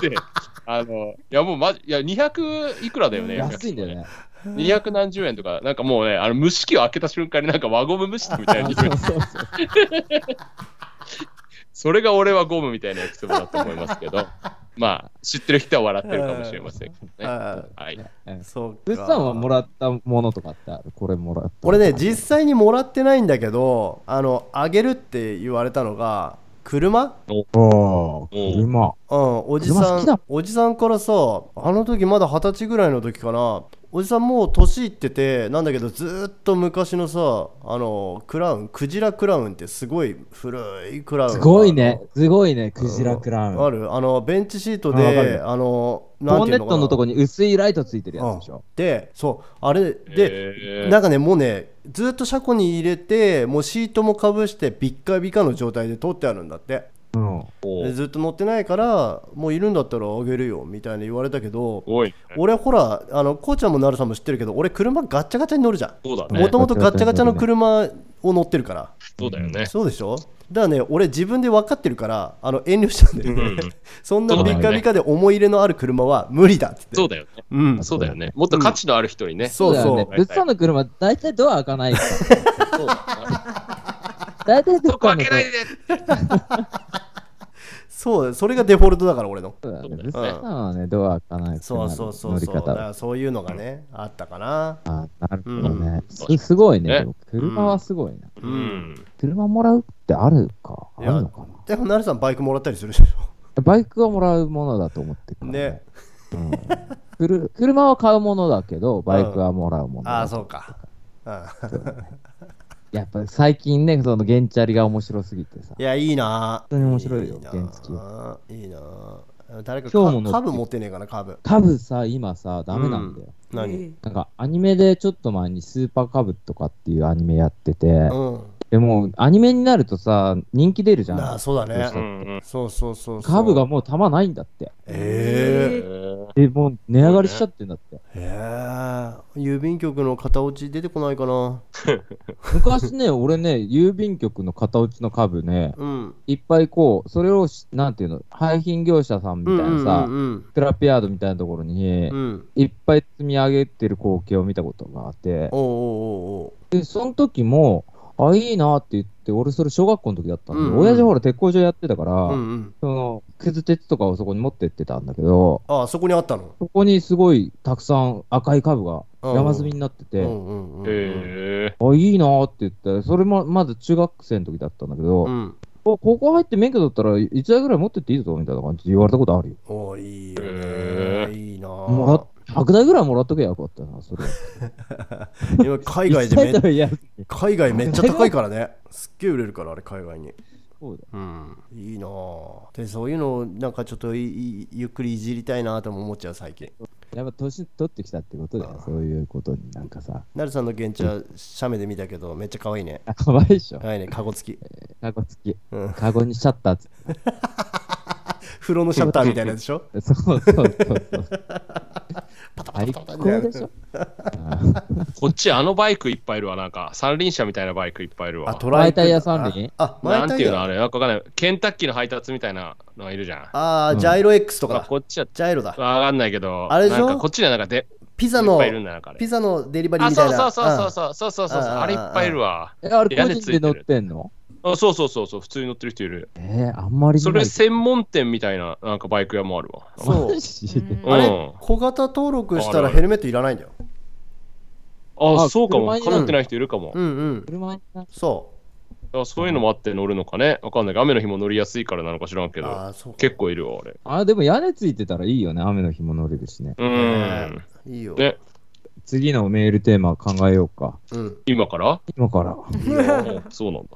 B: 定。で、あの、いや、もうまじ、いや、200いくらだよね。
A: 安いんだよね。
B: 200何十円とか、なんかもうね、あの蒸し器を開けた瞬間になんか輪ゴム蒸したみたいな
A: あ
B: 匂い
A: そうそうそう。
B: それが俺はゴムみたいな焼きそばだと思いますけど、まあ、知ってる人は笑ってるかもしれませんけ どね。
C: あ
B: はい。
A: うん
C: そう
A: うっ
C: か
A: さんはもらったものとかってあるこれもらった。
C: 俺ね実際にもらってないんだけどあのあげるって言われたのが車
A: お
B: ー
A: ー、車。
C: うん、おじ
A: 車
C: さ
A: 好きだ
C: ん、おじさんからさ、あの時まだ二十歳ぐらいの時かな、おじさんもう年いってて、なんだけど、ずーっと昔のさ、あの、クラウン、クジラクラウンってすごい古いクラウン。
A: すごいね。すごいね、クジラクラウ
C: あ
A: ン。
C: る、あの、ベンチシー
A: あ
C: ト
A: わかる
C: で、あの、な
A: ボ
C: ん
A: ン
C: て
A: ネ
C: いうの
A: ッ
C: か
A: ト
C: な
A: のとこに薄いライトついてるやつでし
C: うん
A: ょ。
C: で、そう、あれで、
B: えー
C: なんかね、もうね、ずーっと車庫に入れて、もうシートもかぶして、ビッカビカの状態で通ってあるんだって。
A: うん。
B: お
C: で
B: ーす
C: ずっと乗ってないから、もういるんだったらあげるよみたいに言われたけど、
B: ごいね。
C: 俺ほらあのこうちゃんもなるさんも知ってるけど俺車ガッチャガチャに乗るじゃ
B: そうだ
C: ん
B: ね。
C: もともとガッチャガチャの車を乗ってるから、
B: そうだよね。
C: そうでしょだからね俺自分で分かってるからあの遠慮したんだよね、
B: うん
C: そんな
B: そうだ
C: ビ
B: よ
C: ッ
B: ね
C: カビカで思い入れのある車は無理だって
B: そう
C: だ
B: だよね。
C: うん
B: そうだよね。もっと価値のある人にね。
C: そうそう
A: だよねうっさんの車、大体ドア開かないから。
B: そうだね
A: 大体ど
B: そ
A: っ
B: こ
A: か
B: 開
A: の
B: けないで
C: そうそれがデフォルトだから俺の
A: そうだね
B: そうだよね
A: ブッサンはね、ドア開かない
C: そうそうそう
A: 乗り
C: そうだ
A: 方
C: か
A: は。
C: らそういうのがね、あったかな
A: あなるほどね。
B: うん
A: すすごいね。
B: ね
A: でも車はすごいな。
B: う。ん。
A: 車もらうってあるか。あ
C: いや
A: るのかな。
C: でもなるさんバイクもらったりするでしょ
A: バイクはもらうものだと思ってるから
C: ね。
A: うんくる 車は買うものだけど、バイクはもらうものだ。
C: ああそうかうん
A: やっぱ最近ね、そのゲンチャリが面白すぎてさ。
C: いやいいな
A: 本当に面白いよ
C: いい、な
A: 原付。
C: いいな誰か
A: 今日も乗って
C: カブ持ってねえかな、カブ。
A: カブさ、今さ、ダメなんだよ。
C: 何
A: なんかアニメでちょっと前にスーパーカブとかっていうアニメやってて
C: う、ん。
A: でもアニメになるとさ、人気出るじゃ
C: なあ、
A: ん。
C: そうだ
A: そう
B: う
A: そ
C: ね。
B: んうん。
C: そうそうそうそう。
A: カブが。もう玉ないんだって。
C: え
B: えー
A: で、もう値上がりしちゃってんだって。
C: え。へえ。郵便局の片落ち出てこないかな。
A: 昔 ね、俺ね、郵便局の片打ちのカブね、
C: うん。
A: いっぱいこう、それをし、なんていうの、廃品業者さんみたいなさ、
C: うんうん
A: スクラップヤードみたいなところに
C: うんう、ん。うん。
A: いっぱい積み上げてる光景を見たことがあって、
C: おうおうおうおう。
A: で、その時も、あ、いいなって言って、俺それ小学校の時だったんで、
C: うんうん
A: 親父ほら鉄工所やってたから、
C: うんうん。
A: その、くず鉄とかをそこに持ってってたんだけど、
C: ああ、そこにあったの。
A: そこにすごいたくさん赤い株が山積みになって
C: う
A: て、
C: んうんうん。
B: え
A: あ、いいなって言って、それもまず中学生の時だったんだけど、
C: うん。
A: おここ入って免許取ったら1台ぐらい持ってっていいぞみたいな感じで言われたことあるよ。
C: おういいよ
B: へ
C: ね。
B: え
C: いいな。
A: もらっ100台ぐらいもらっとけばよかったな、それ。
C: 今 海外でめ
A: 1台とは言えずに
C: 海外めっちゃ高いからね。すっげえ売れるから、あれ、海外に。
A: そうだよ
C: うん、いいなあでそういうのをなんかちょっといいゆっくりいじりたいなとも思っちゃう最近
A: やっぱ年取ってきたってことだよ、そういうことになんかさ。
C: なるさんの現地は写メで見たけどめっちゃ可愛いね
A: あ、かわいいでしょ。
C: 可愛いねカゴ付き
A: カゴ付き。
C: うん
A: カゴにシャッターつ
C: 風呂のシャッターみたいなやつでしょ
A: そうそうそうそ う。最高でしょ
B: ーこっちあのバイクいっぱいいるわ。なんか三輪車みたいなバイクいっぱいいるわ。
C: ト
A: 前タイヤ三輪
C: ああ
B: な
C: 前
B: ん
C: タ
B: て
C: イ
B: いうの
C: ヤ
B: あれ、なんかわかんない。ケンタッキーの配達みたいなのがいるじゃん。
C: ああジャイロ X とか
B: まあこ
C: だ
B: っちは
C: ジャイロだ
B: わかんないけど、
C: あれでしょ
B: なんかこっちにはなんかで
C: ピザ
B: いっ
C: の
B: ぱいいるんだなんかあれ
C: ピザのデリバリー
B: あ、
C: みた
B: そ
C: いうな
B: そうそうそう
C: う
B: そうそうそうそう
C: ああああ
B: あれいっぱいいるわ。
A: え、あれ個人で乗ってんの
B: あそうそうそうそう、普通に乗ってる人いる。
A: えー、あんまり見
B: そ
A: ない
B: れ専門店みたいな、なんかバイク屋もあるわ。
C: そう
A: マジで
D: うん
C: あ
B: うん
C: れ小型登録したらヘルメットいらないんだよ
B: あ
A: あ
B: そうかも。
A: 車に
B: かなってない人いるかも
C: う。んうん
A: 車にな
C: そ
B: あそういうのもあって乗るのかね。わかんない。雨の日も乗りやすいからなのか知らんけ
C: う
B: ど。
C: ああそうか
B: 結構いるわ、俺。
A: あ、でも屋根ついてたらいいよね。雨の日も乗れるしね。
B: うーん。
C: いいよ、
B: ね、
A: 次のメールテーマ考えようか。
C: うん
B: 今から
A: 今 から。
C: いいよ、
B: あそうなんだ。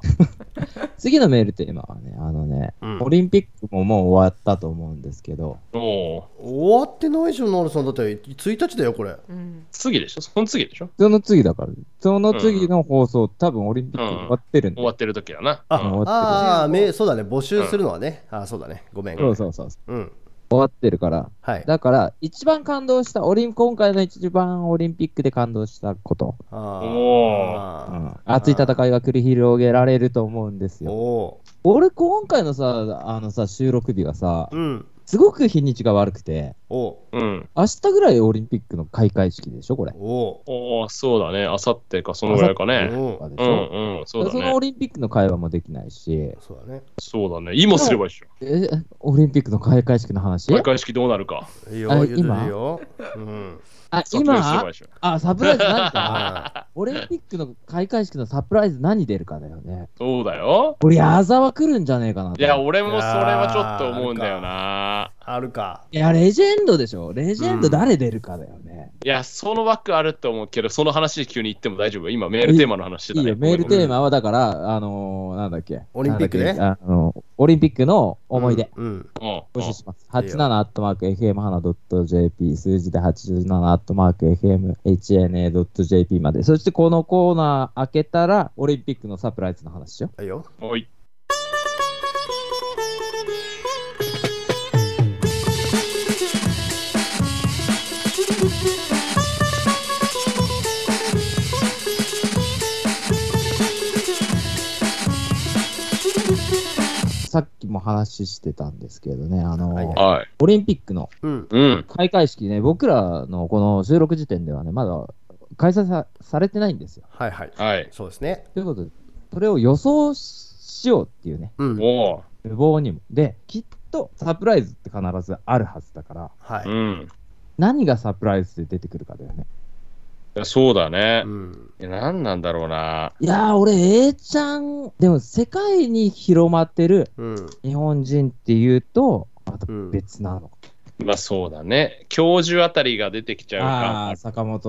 A: 次のメールテーマはね、あのね、
C: うん
A: オリンピックももう終わったと思うんですけど、
B: おー
C: 終わってないでしょノールさんだって1日だよこれ
D: うん
B: 次でしょその次でしょ
A: その次だから、その次の放送、多分オリンピック終わってるんで、
B: 終わってる時だな。う
C: あ
B: ん
A: 終
C: あ
A: わ
C: あめそうだね募集するのはね、ああそうだねごめん
A: そうそうそうそう。
C: うん
A: 終わってるから。
C: はい
A: だから、一番感動した、オリン今回の一番オリンピックで感動したこと、
C: あー
B: おー
C: あ
A: うん熱い戦いが繰り広げられると思うんです
C: ー
A: よ。
C: お
A: 俺、今回のさ、あのさ、収録日がさ
C: ー、うん
A: すごく日にちが悪くて、
C: おー
B: うん。
A: 明日ぐらいオリンピックの開会式でしょ、これ。
C: お
B: おーそうだね。あさってか、そのぐらいか
C: ー
B: ね。
A: とか
C: おー
A: でし
B: う
A: ょ、
B: んうん。そうだ
A: その
B: ね
A: オ。リンピックの会話もできないし、
C: そうだね
B: そうだね。今すれば一緒。
A: えオリンピックの開会式の話
B: 開会式どうなるか。
C: いいよ
A: あ
C: 言うてる
A: 今
C: よ、うん、
A: あ
B: 先にすれば
A: 今
B: 一緒。
A: あ、サプライズ何か
C: あ
A: オリンピックの開会式のサプライズ何出るかだよね。
B: そうだよ。
A: 俺、矢沢来るんじゃねえかなと。
B: いや、俺もそれはちょっと思うんだよな。
C: あるか
A: いや、レジェンドでしょ。レジェン
C: う
A: ド
C: ん
A: 誰出るかだよね。
B: いや、その枠あると思うけど、その話急に言っても大丈夫。今、メールテーマの話してた
A: いい
B: ね。
A: よ、メールテーマはだから、あのー、なんだっけ。
C: オリンピックね
A: なんだっけあのオリンピックの思い出。
C: うん、うん
B: うん。
A: 募集します。
C: んいいよ
A: 87アットマーク FMHANA.jp 数字で87アットマーク FMHANA.jp まで。そしてこのコーナー開けたらオリンピックのサプライズの話よ。
C: いいよ
B: おい。
A: さっきも話してたんですけどね、あのー
C: はいはい
B: はい。
A: オリンピックの
C: うん
B: うん。
A: 開会式ね、僕らのこの収録時点ではね、まだ開催さされてないんですよ。
C: はいはい
B: はい。
C: そうですね
A: ということで、それを予想しようっていうね、
C: うん
B: おう。
A: 無謀にも。で、きっとサプライズって必ずあるはずだから、
C: はい、
B: うん。
A: 何がサプライズで出てくるかだよね。
B: いやそうだね
C: う。ん
B: いや何なんだろうな。
A: いやー、俺、A ちゃん、でも世界に広まってる
C: うん
A: 日本人っていうと、また
C: うん
A: 別なのか。
B: まあそうだね。教授あたりが出てきちゃう
A: あ
B: か
A: あ、坂
B: うん
A: 本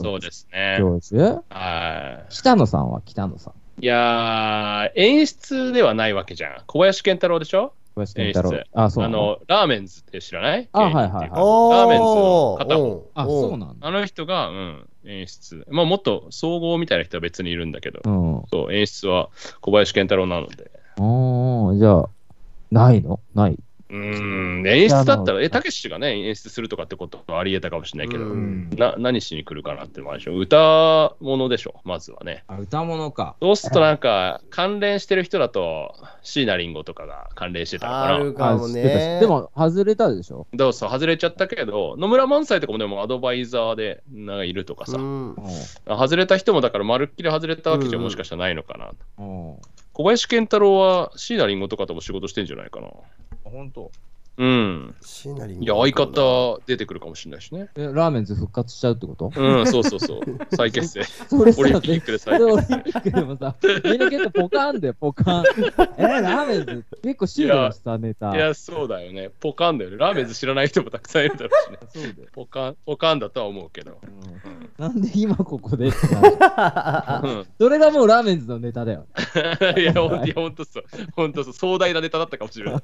B: そうですね。
A: 教授
B: は
A: 北野さんは北野さん。
B: い。いやー、演出ではないわけじゃん。小林健太郎でしょ
A: 小林健太郎
B: 演出。
A: あ、そう
B: あ
A: なの
B: の、ラーメンズって知らない
A: あはいはいはい
B: 演出ってうか
C: お
B: ラーメンズの片方
C: お
A: あ、そうなの
B: あの人が、うん、演出。まあもっと総合みたいな人は別にいるんだけど、
A: うん。
B: そう演出は小林健太郎なので。
A: おーじゃあ、ないのない。
B: うーん、演出だった
A: いやま
B: ら、
A: あ
B: え、たけしがね、演出するとかってことはありえたかもしれないけど、
C: うん
B: な何しに来るかなってのもあるでしょ。歌物でしょ、まずはね。
A: あ、歌物か。
B: そうするとなんか、関連してる人だと、椎名林檎とかが関連してたの
C: あ
B: かな
C: る。かも
A: 知ってた
C: ね
A: しでも、外れたでしょ
B: どうぞ外れちゃったけど、野村萬斎とかもでもアドバイザーでなんかいるとか
C: う
B: さ、
C: ん
B: 外れた人もだから、まるっきり外れたわけじゃ
C: うん
B: もしかしたらないのかな。
A: うん。うん。
B: 小林健太郎は椎名林檎とかとも仕事してんじゃないかな。
A: 本当
B: うん。
C: シナリン
B: いや、相方出てくるかもしれないしね。
A: え、ラーメンズ復活しちゃうってこと
B: うん、そうそうそう。再結成。
A: それ
B: オリンピックで
A: そ
B: 再
A: れオ
B: 結成
A: リンピックでもさ、みんな結構ポカーンだよ、ポカーン。え、ラーメンズ結構シュールしたネタ。
B: いや、そうだよね。ポカンだよね。ラーメンズ知らない人もたくさんいるだろうしね。
A: そうだよ。
B: ポカン、ポカンだとは思うけど。
A: うんなんで今ここでってなる
B: うん。
A: それがもうラーメンズのネタだよ。
B: いや、ほんいやほんとそう。ほんとそう。壮大なネタだったかもしれない。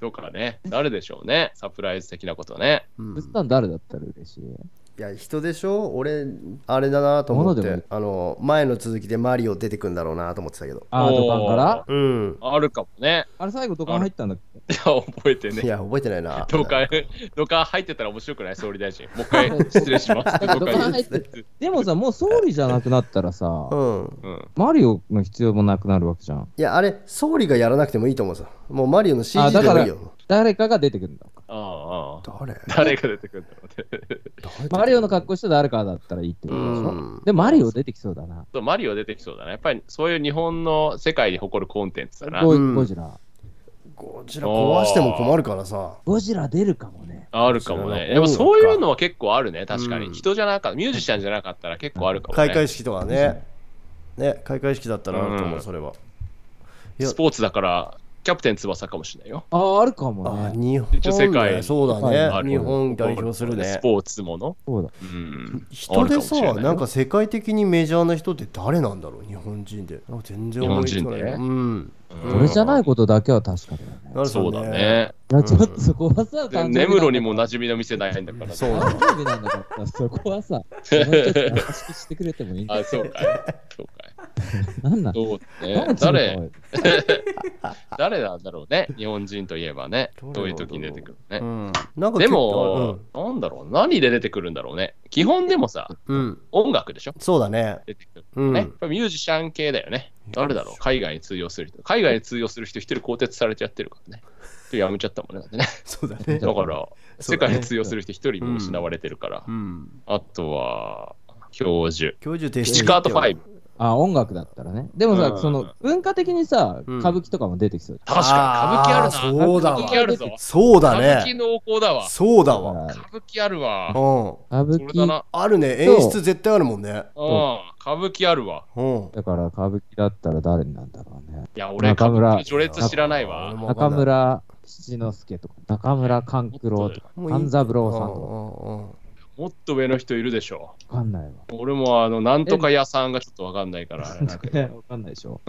B: とかね。誰でしょうね。サプライズ的なことね。
C: うん
A: ブスタン誰だったら嬉しい
C: いや人でしょ俺あれだなと思っ
A: 物でもいい
C: てあの前の続きでマリオ出てくんだろうなと思ってたけど
A: あー、
B: おー
A: ドカンから
C: うん
B: あるかもね。
A: あれ最後ドカン入ったんだっけ
B: いや、覚えて
C: い
B: ね。
C: や覚えてないな
B: ドカン、ドカン入ってたら面白くない総理大臣。もう一回失礼します。
A: ドカン入
B: 入
A: っ
B: って
A: でもさ、もう総理じゃなくなったらさ
C: う、ん
B: うん。
A: マリオの必要もなくなるわけじゃん。
C: いやあれ総理がやらなくてもいいと思うさもうマリオの CG
A: あだ
C: で
A: か
C: も
A: ら
C: いいよ
A: 誰かが出てくるんだろうか。
B: ああああ。誰
C: 誰
B: が出てくるんだろうね。
A: マリオの格好した誰かだったらいいってことでし
C: う
A: ょ
C: ん
A: でもマリオ出てきそうだな。
B: そうマリオ出てきそうだな。やっぱりそういう日本の世界に誇るコンテンツだな。
A: ゴ
C: うん
A: ゴジラ。
C: ゴジラ壊しても困るからさ
A: ゴジラ出るかもね。
B: あるかもね。
C: そうだな
B: でもそういうのは結構あるね、確か
C: うん
B: に。人じゃなかった、ミュージシャンじゃなかったら結構あるかもね。
C: 開会式とかねね開会式だったらあると思う、
B: うん
C: それは
B: スポーツだから、キャプテン翼かもしれないよ。
A: ああ、あるかも
C: あ
A: ね。
C: 日本、ね、
B: 一応世界
C: そうだ
B: あ
C: ね
B: る
C: 日本代表する
B: ス
C: ね
B: ポーツもの。
A: そうだ。
B: うん
C: 人
B: あ
C: でさ
B: るもしれいよ
C: なんか世界的にメジャーな人って誰なんだろう日本人でなんか全然思いつかない
B: 日本人で
C: うん
B: うん
A: これじゃないことだけは確かだよね。
C: なる
B: そうだね。
A: いや、ちょっとそこはさ、
B: で
A: 誕生日
B: 根室にも
A: な
B: 馴染みの店ないんだから。
C: そう
A: 誕生日なんだからさ、そこはさ、ちょっと話してくれてもいいんだ
B: あ、そうかい。そうかい。
A: なんなん
B: そう
A: 誰
B: ね
A: の。チームか
B: 誰、誰なんだろうね。日本人といえばね。
C: 誰なんだ
B: ど
C: ろう
B: ういう時に出てくる
C: う
B: ね。
C: ん、なんか
B: で
C: 結
B: も
C: 構、、
B: なんだろう。何で出てくるんだろうね。基本でもさ、
C: うんうん、
B: 音楽でしょ
C: そうだね
B: 出てくる
C: うん、
B: ね。やっぱミュージシャン系だよね。誰だろう海外に通用する人。海外に通用する人一人更迭されちゃってるからね。一人辞めちゃったもんね。だってね
C: そうだ ね
B: だから、
C: そう
B: 世
C: だね
B: 界に通用する人一人も失われてるから
C: う。ん
B: あとは、教授。
C: 教授提
B: ピチカート5。
A: あ、音楽だったらね。でも
B: う
A: さ、
B: ん
A: その文化的にさ、
C: うん
A: 歌舞伎とかも出てきそうじ
B: 確かに、歌舞伎あるな。
C: そう
B: 歌
C: だわ
B: 舞伎あるぞ。
C: そうだ
B: 歌舞伎
C: ね
B: 濃厚だわ。
C: そうだ
A: ゃん
C: わ
A: だか
B: 歌舞伎あるわ。
C: う
A: ら。歌舞
B: それだ
A: 伎、
B: な。
C: んあるね演出絶対あるもんね
B: うん。歌舞伎あるわ。
C: うん
A: だから歌舞伎だったら誰になんだろうね。
B: いや、俺、
A: 中
B: 歌舞
A: 村
B: 伎序列知らないわ。
C: 俺もわか
A: 中
C: んない
A: 村七之助とか、中村勘九郎とか、
C: もういい
A: 勘三郎さんと
B: もっと上の人いるでしょ。
A: か、わかんない わ。
B: 俺も、あの、なんとか屋さんがちょっとわかんないから。あれなんだけど
A: わかんないでしょ。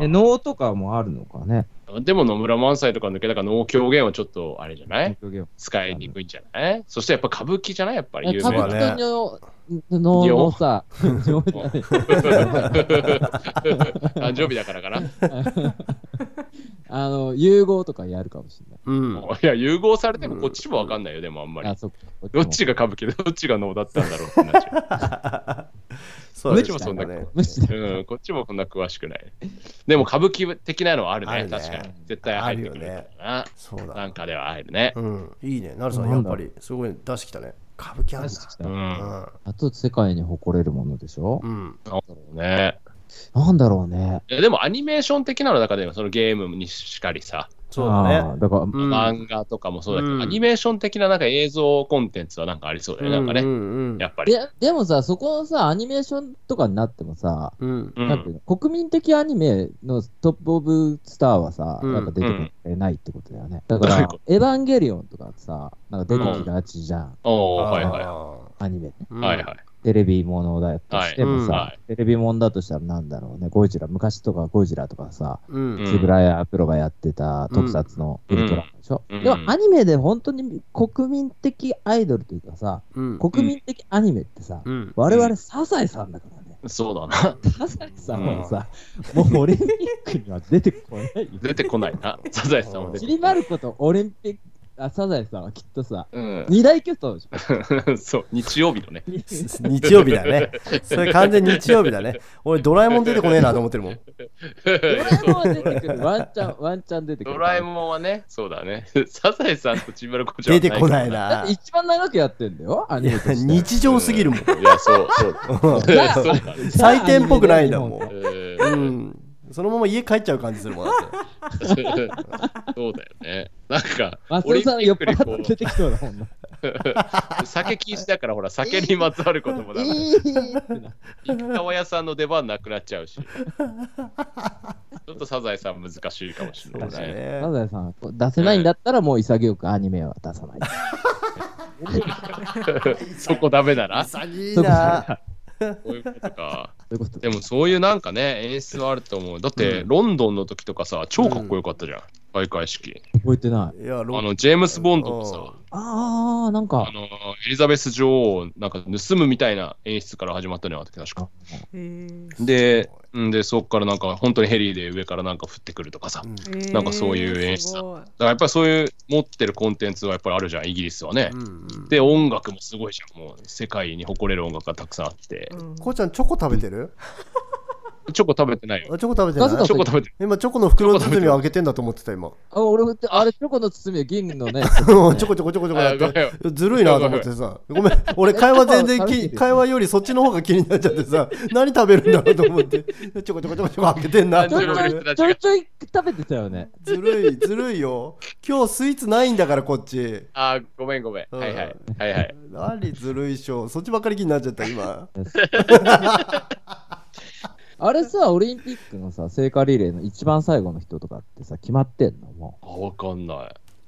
A: え、
B: う
A: 能とかもあるのかね。
B: ん。でも野村萬斎とか抜けたから、能狂言はちょっと、あれじゃない
A: 東京ゲーム
B: 使いにくいんじゃないそしてやっぱ歌舞伎じゃないやっぱり有
A: 歌
B: 名
A: 舞
B: な。
A: 伎の能の さ、能じゃない
B: 誕生日だからかな。
A: あの、融合とかやるかもしれ
C: うん
B: いや、融合されてもこっちもわかんないよ、でもあんま
A: ない。あ、
B: り。
A: そっか。
B: どっちが歌舞伎でどっちが能だったんだろうってなっ ちゃ
C: そ
B: 無
C: うだね
B: 知もそんなこと
A: 無視だ
B: う。うん、こっちもこんな詳しくない。でも歌舞伎的なのはあるね、
C: あるね
B: 確かに。絶対入ってくる
C: あ
B: か
C: るよね
B: らな。
C: そう
B: な
C: だ
B: んかでは入るね。
C: うんいいねなるさん
A: な
C: やっ
A: んだ
C: ぱりすごい出してきたね歌舞伎ある
B: うん。なん
C: な
A: あと世界に誇れるものでしょ
C: う、んうん
B: だろうね。
A: なんだろうね。
B: いやでもアニメーション的なの中でもそのゲームにしかりさ、
C: そうだ
A: あ
C: ね
A: ーだから、
C: う
B: 漫画とかもそうだけど、
C: うん
B: アニメーション的ななんか映像コンテンツはなんかありそうだよね、なんかね。
C: うんうん
B: やっぱり。
A: ででもさ、そこのさ、アニメーションとかになってもさ、
C: うん
B: うん
A: なんていうの国民的アニメのトップ・オブ・スターはさ、
C: うん
A: やっぱ出てくれないってことだよね。だから、
B: どう
A: エ
B: い
A: ヴ
B: うこ
A: ァンゲリオンとかさ、なんか出てきがちじゃん、
B: おー、
C: あー
B: はいはいは
A: アニメね。
B: い。はいはい。
A: テレビものだとしてもさ、
B: はい
A: テレビものだとしたらなんだろうね、ゴジラ、昔とかゴジラとかさ、
C: うん
B: うん
A: 円谷プロがやってた特撮のウルトラマンでしょ、
B: うん
A: でも
B: うん
A: アニメで本当に国民的アイドルというかさ、
C: うん
A: 国民的アニメってさ、
C: うん
A: 我々サザエさんだからね。
B: そうだな。
A: サザエさんはさ、もうオリンピックには出てこないよ。
B: 出てこない な。サザエさんは出
A: ち
B: て
A: りばることオリンピック、あ、サザエさんはきっとさ、
B: うん。
A: 二大巨頭でし ょ。
B: そう、日曜日のね。
C: 日曜日だね。それ完全に日曜日だね。俺、ドラえもん出てこねえなと思ってるもん。
A: ドラえもんは出てくる。ワンチャン、ワンチャン出てくる。
B: ドラえもんはね、そうだね。 サザエさんとちびまる子ちゃん
C: 出
B: は
C: てこない
B: か
A: だっ
C: な
A: て。一番長くやってんだよ、アニメとして。
C: 日常すぎるもん。
B: ら。いや、そう、そう だ。そうだね。
C: 採点っぽくないんだ
B: うん
C: もん。うん。そのまま家帰っちゃう感じするもん。だって
B: そうだよね。なんか、
A: マス
B: オリ
A: オ
B: ンピ
A: さん酔
B: ッ
A: っ
B: クに
A: 払
B: こ
A: って出てきそうだもんな。
B: う、酒禁止だから、ほら、酒にまつわることもだから、
A: いいってな
B: 生川屋さんの出番なくなっちゃう し。ちょっとサザエさん難しいかもしれ
C: そ
B: な
C: う
B: い
C: だ
B: ね。
A: サ
C: ね。
A: ザエさん、出せないんだったらもう潔くアニメは出さない。
B: そこダメだな。そ
C: 潔いな。
B: ういうことか。
A: ということ
B: で
A: で。
B: もそういうなんかね、演出はあると思う。だって、
C: うん
B: ロンドンの時とかさ、超かっこよかったじゃん。開会式。
A: 覚えてない。
C: いや、
B: あ
C: ロ
B: の、ジェームス・ボンドもさ、
A: ああ、なん
B: あ
A: か。
B: の、エリザベス女王をなんか盗むみたいな演出から始まったのよ、確か。で、うんで、そっからなんか本当にヘリで上からなんか降ってくるとかさ。だかなんかそういう演出だらやっぱりそういう持ってるコンテンツはやっぱりあるじゃん、イギリスはね。で、音楽もすごいじゃん。もう世界に誇れる音楽がたくさんあって。
C: こうちゃん、チョコ食べてる
B: チョコ食べてないよ。
C: あチョコ食べてな
A: ガスが
C: い
B: チョコ食べて
C: 今チョコの袋包みを開けてんだと思ってた 今
A: あ俺もあれチョコの包みは銀のね
C: ちょこちょこちょこちょこ
B: な
C: や
B: い。あご
C: っ
B: めん
C: て
B: よ
C: ずるいなと思ってさごめん俺会話全然 き会話よりそっちの方が気になっちゃってさ何食べるんだろうと思ってちょこちょこちょこちょこ開けてんな
A: ち
C: と
A: ょ
C: 思
A: いち
C: っ
A: ょ
C: て
A: いちょいちょい食べてたよね
C: ずるいずるいよ今日スイーツないんだからこっち
B: あごめんごめん。
C: うん
B: はいはい。はいはい。
C: 何ずるいっしょそっちばっかり気になっちゃった今
A: あれさオリンピックのさ聖火リレーの一番最後の人とかってさ決まってんのもう
B: あ、わかんない。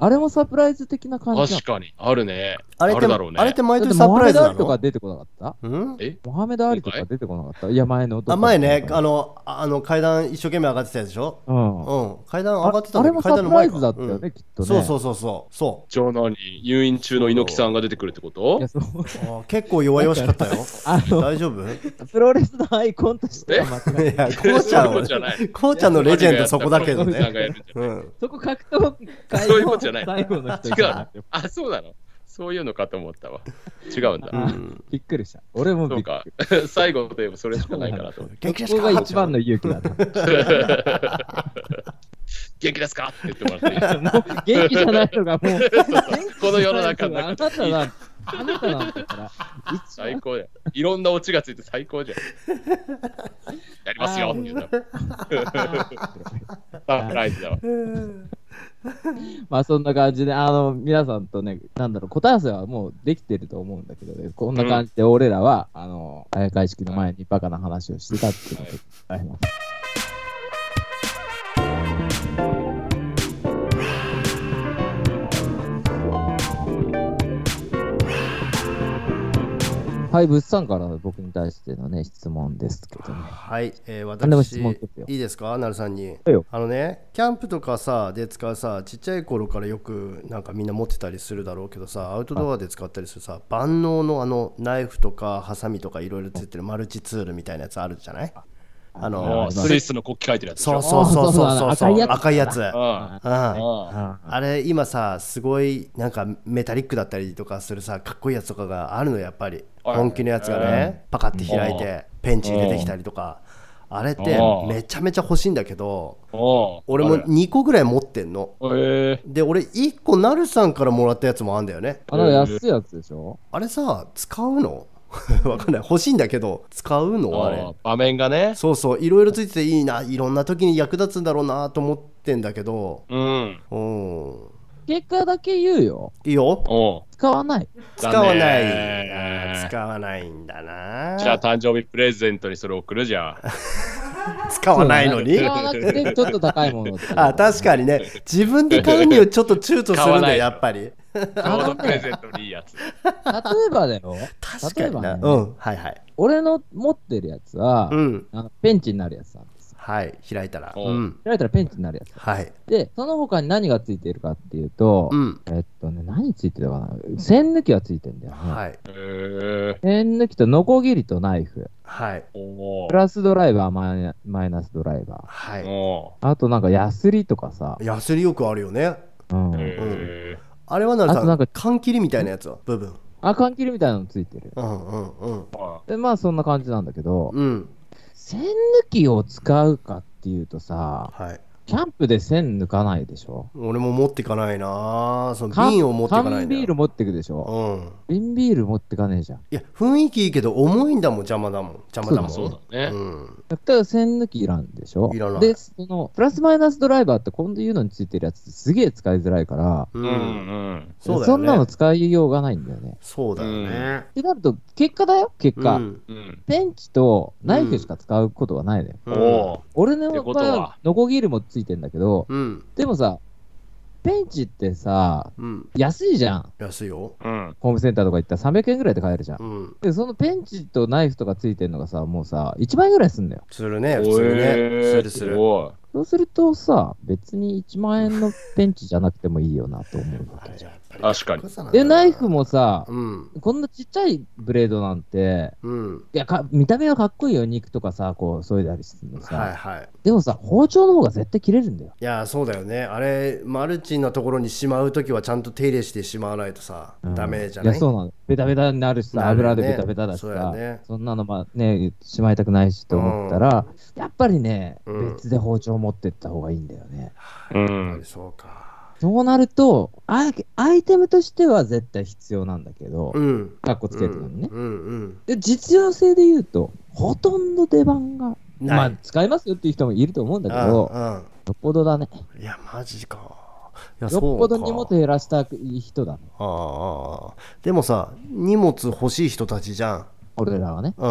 A: あれもサプライズ的な感じなの
B: 確かに。あるね。
C: あ
B: あ
C: れって
B: るだろうね。
C: あれって毎
A: だって
C: 年サ
A: モ
C: プ
A: ハ
C: ラ
A: メ
C: イズ
A: ド・ア
C: な
A: リとか
C: の
A: 出てこなかっ
C: うん
A: たモハメド・アリとか出てこなかったいや前の
C: あ前ねあのあの階段一生懸命上がってたやつでしょ
A: うん
C: うん階段上が
A: あ
C: ってた
A: あ
C: んだ
A: れ
C: けど
A: もサプ
C: 階段の
A: ラ
C: 前
A: イ
C: か
A: ズだったよね、
C: うん
A: きっとね
C: そうそうそうそうそ
B: 長男に誘引中の猪木さんが出てくるってこと
A: いやそう
C: うあー結構弱々しかったよ
A: あの
C: 大丈夫い
A: プロレスのアイコンとしては間違え
C: やこうちゃん
B: そういうこと
C: は
B: じゃない
C: こうちゃんのレジェンドそこだけど
B: なんか
C: ね
B: やるんじゃない
C: うん
A: そこ格闘会
B: そういうことじゃない
A: の最後の人
B: 違
A: じ
B: う
A: ゃな
B: の
A: くて。
B: あ、そうなのそういうのかと思ったわ。違うんだ
C: う。ん
A: びっくりした。俺も
B: そ
A: びっ
B: う
A: くり
B: か。最後といえばそれしかないかなと思って。
C: 元気で
A: そ
C: す
A: こ
C: か
A: が一番の勇気だ った。
B: 元気ですかって言ってもらっていい
A: もう元気じゃないのがもう、
B: この世の中の
A: 元 気じゃないのがあなたなんあなたなんだから、一
B: 最
A: 応
B: 高だよ。いろんなオチがついて最高じゃん。やりますよって言うたサプライズだわ。
A: まあそんな感じで、あの、皆さんとね、なんだろう、答え合わせはもうできてると思うんだけどね、こんな感じで俺らは、あの、開会式の前にバカな話をしてたっていうことでございます。はい、物産から僕に対してのね、質問ですけどね。
C: はい、えー、
A: 何でも質
C: 私
A: 問してってよ
C: いいですかなるさんに
A: いよ
C: あのねキャンプとかさで使うさちっちゃい頃からよくなんかみんな持ってたりするだろうけどさアウトドアで使ったりするさ万能のあのナイフとかハサミとかいろいろついてるマルチツールみたいなやつあるじゃない
B: も
C: あの
B: うスイスの国旗書いてるやつでし
C: そう
B: ょ。
C: そうそうそうそう
A: そうそうあの赤いやつ
C: 赤いやつ
B: うんうん
C: うん
A: あ
C: あれ今さすごいなんかメタリックだったりとかするさかっこいいやつとかがあるのやっぱり
B: はい
C: 本気のやつがねパカって開いてペンチ入れてきたりとかあれって
B: うん
C: めちゃめちゃ欲しいんだけど
B: おう
C: 俺も2個ぐらい持ってんの
B: あれへ
C: で俺1個なるさんからもらったやつもあんだよね
A: あの安いやつでしょ
C: あれさ使うの わかんない欲しいんだけど使う
B: え
C: のあれ
B: ああ場面がね。
C: そうそういろいろついてていいないろんな時に役立つんだろうなと思ってんだけど
B: うん。
C: うん
A: 結果だけ言うよ。
C: いいよ
B: おう
A: 使わない。
C: 使わない
B: だね
C: あー使わないんだな
B: じゃあ誕生日プレゼントにそれ送るじゃん。
C: 使わないのに
A: 使わなくてちょっと高いものっていう
C: あ確かにね自分で買うにはちょっと躊躇す
B: 買
C: る
B: わ
C: んだ
B: ない
C: よやっぱり
B: ちょうどプレゼントにいいやつ。
A: 例えばだよ。
C: 確
A: 例
C: か
A: えば
C: に
A: ね
C: な、うんはいはい
A: 俺の持ってるやつは、
C: うん
A: あのペンチになるやつなんですよ。
C: はい開いたら
B: お
C: う
B: うん
A: 開いたらペンチになるやつ。
C: はい
A: で、その他に何がついてるかっていうと、
C: うん
A: えっとね、何ついてるかな線抜きがついてんだよね。
C: はい
B: へえ
A: 線抜きとノコギリとナイフ。
C: はい
B: おう
A: プラスドライバー、マイナマイナスドライバ
C: は
B: お
A: ー。あとなんかヤスリとかさ
C: い。ヤスリよくあるよね
A: うん
B: う。へえ
C: あれはなる
A: あとな
C: さ
A: んか
C: 缶切りみたいなやつは部分
A: あ、缶切りみたいなのついてる。
C: うんうんうん
B: ま
A: で、まあそんな感じなんだけど、
C: うん
A: 線抜きを使うかっていうとさ、
C: はい
A: キャンプで線抜かないでしょ
C: 俺も持ってかないなその瓶を持ってかない
A: 缶
C: んだ
A: ビール
C: よ
A: 持ってくでしょ
C: うん
A: 瓶ビール持ってかねえじゃん。
C: いや雰囲気いいけど重いんだもん邪魔だもん邪魔だも
B: あ
C: ん
B: そうだね。
C: うん
A: だから線抜きいらんでしょ
C: いらない
A: で、その、プラスマイナスドライバーって今度言うのについてるやつってすげえ使いづらいから、
C: う
B: うんん
C: そうだよね
A: んなの使いようがないんだよね。
C: そうだよね。
A: ってなると、結果だよ、結果。
C: うん
B: うん。うん。
A: ペンチとナイフしか使うことはないのよ。
C: うん
B: おう
A: 俺の
B: って
A: 場
B: こ
A: 合
B: とは
A: は、ノコギリもついてんだけど、
C: うん。
A: でもさ、ペンチってさ、
C: うん。
A: 安いじゃん。
C: 安いよ。
B: うん。
A: ホームセンターとか行ったら300円ぐらいで買えるじゃん
C: う。ん。
A: で、そのペンチとナイフとかついてんのがさ、もうさ、1万円ぐらいすんだよ。
C: するね、普
B: お
C: 通にね。
B: え
C: するす
B: す
C: る。
B: ごい。
A: そうするとさ、別に1万円のペンチじゃなくてもいいよなと思うわ
C: あ
A: け
C: れ
A: じゃん。
C: やっ
B: 確かに。
A: え、ナイフもさ、
C: うん
A: こんなちっちゃいブレードなんて、
C: うん
A: いやか見た目はかっこいいよ、肉とかさ、こう、削いだりするのさ、
C: はいはい
A: でもさ、包丁の方が絶対切れるんだよ。
C: いやそうだよねあれマルチなところにしまう時はちゃんと手入れしてしまわないとさ、
A: うん
C: ダメじゃ
A: いや、
C: ない
A: そうなの。ベタベタになるしさ、
C: なるよね
A: 油でベタベタだし
C: そうや
A: さ、
C: ね
A: そんなのまあね、しまいたくないしと思ったら、やっぱりね、
C: うん
A: 別で包丁持ってった方がいいんだよね。
B: う
C: やっぱ
B: ん
C: り。そうか
A: そうなるとアイ、アイテムとしては絶対必要なんだけど、
C: うん
A: かっこつけるのにね。
C: うんうん
A: で実用性で言うと、ほとんど出番が、
C: ない
A: まあ、使いますよっていう人もいると思うんだけど、よ
C: うん
A: っぽどだね。よ
C: うんいやマジかいや
A: っぽど
C: そうか
A: 荷物減らしたい人だね。
C: ああああでもさ荷物欲しい人たちじゃん
A: 俺らはね。
C: う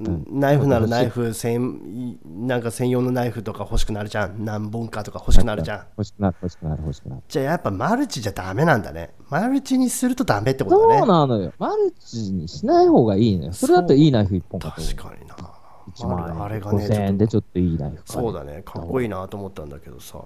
C: ん、ナイフならナイフ専なんか専用のナイフとか欲しくなるじゃん何本かとか欲しくなるじゃん
A: 欲しくなる、欲しくなる、欲しくなる。
C: じゃあやっぱマルチじゃダメなんだねマルチにするとダメってことだね
A: そうなのよ。マルチにしない方がいいのよ。それだといいナイフ1本かと思う。
C: 確かにな
A: 1万円。
C: あれがね
A: 5000円でちょっといいナイフ買える
C: そうだねかっこいいなと思ったんだけどさ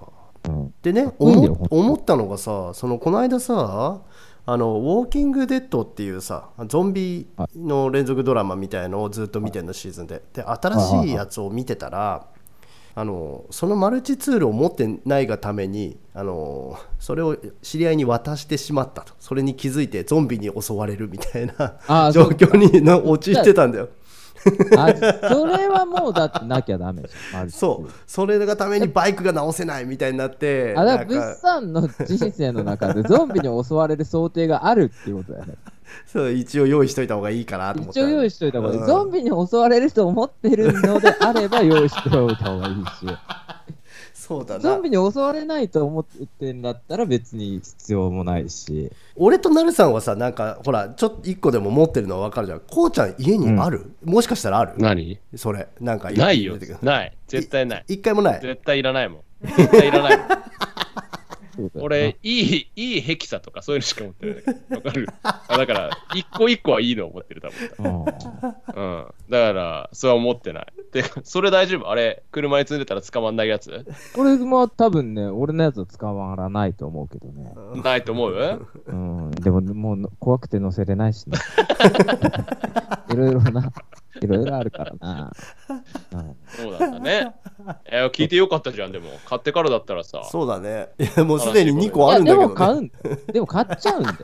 A: うん
C: でね
A: こいいんだよ
C: 思っ思ったのがさそのこの間さあのウォーキングデッドっていうさゾンビの連続ドラマみたいのをずっと見てるのシーズンでで新しいやつを見てたらあのそのマルチツールを持ってないがためにあのそれを知り合いに渡してしまったとそれに気づいてゾンビに襲われるみたいな
A: あー
C: 状況にな陥ってたん だよ。
A: あそれはもうだってなきゃダメじゃん。マルチ
C: そうそれがためにバイクが直せないみたいになって
A: あだから
C: なん
A: 物
C: か
A: 産の人生の中でゾンビに襲われる想定があるっていうことだよね。
C: そう一応用意しといた方がいいかなと思って
A: 一応用意しといた方がいい。
C: うん
A: ゾンビに襲われると思ってるのであれば用意しておいた方がいいし、
C: そうだ
A: ゾ
C: な
A: ンビに襲われないと思ってんだったら別に必要もないし、
C: 俺となるさんはさなんかほらちょっと一個でも持ってるのは分かるじゃんこうちゃん家にある、もしかしたらある
B: 何
C: それなんか
B: ないよ
C: 出てく。る
B: ない。絶対ない。
C: 一回もない
B: 絶対いらないもん。絶対いらないもん。
A: そうだよな
B: 俺、いい、いいヘキサとかそういうのしか持ってない。わかるあだから、一個一個はいいのを持ってる、多
A: うん
B: 分。うん。だから、それは思ってない。てか、それ大丈夫あれ、車に積んでたら捕まんないやつ
A: 俺も多分ね、俺のやつは捕まらないと思うけどね。
B: ないと思う
A: うん、でももう怖くて乗せれない しね。いろいろな、いろいろあるからな。うん
B: そうだったね。えー聞いてよかったじゃん、でも。買ってからだったらさ。
C: そうだね いやもうすでに2個あるん
A: いやで
C: だ
A: も
C: けど、
A: 買
C: ね、
A: うんでも買っちゃうん だよ。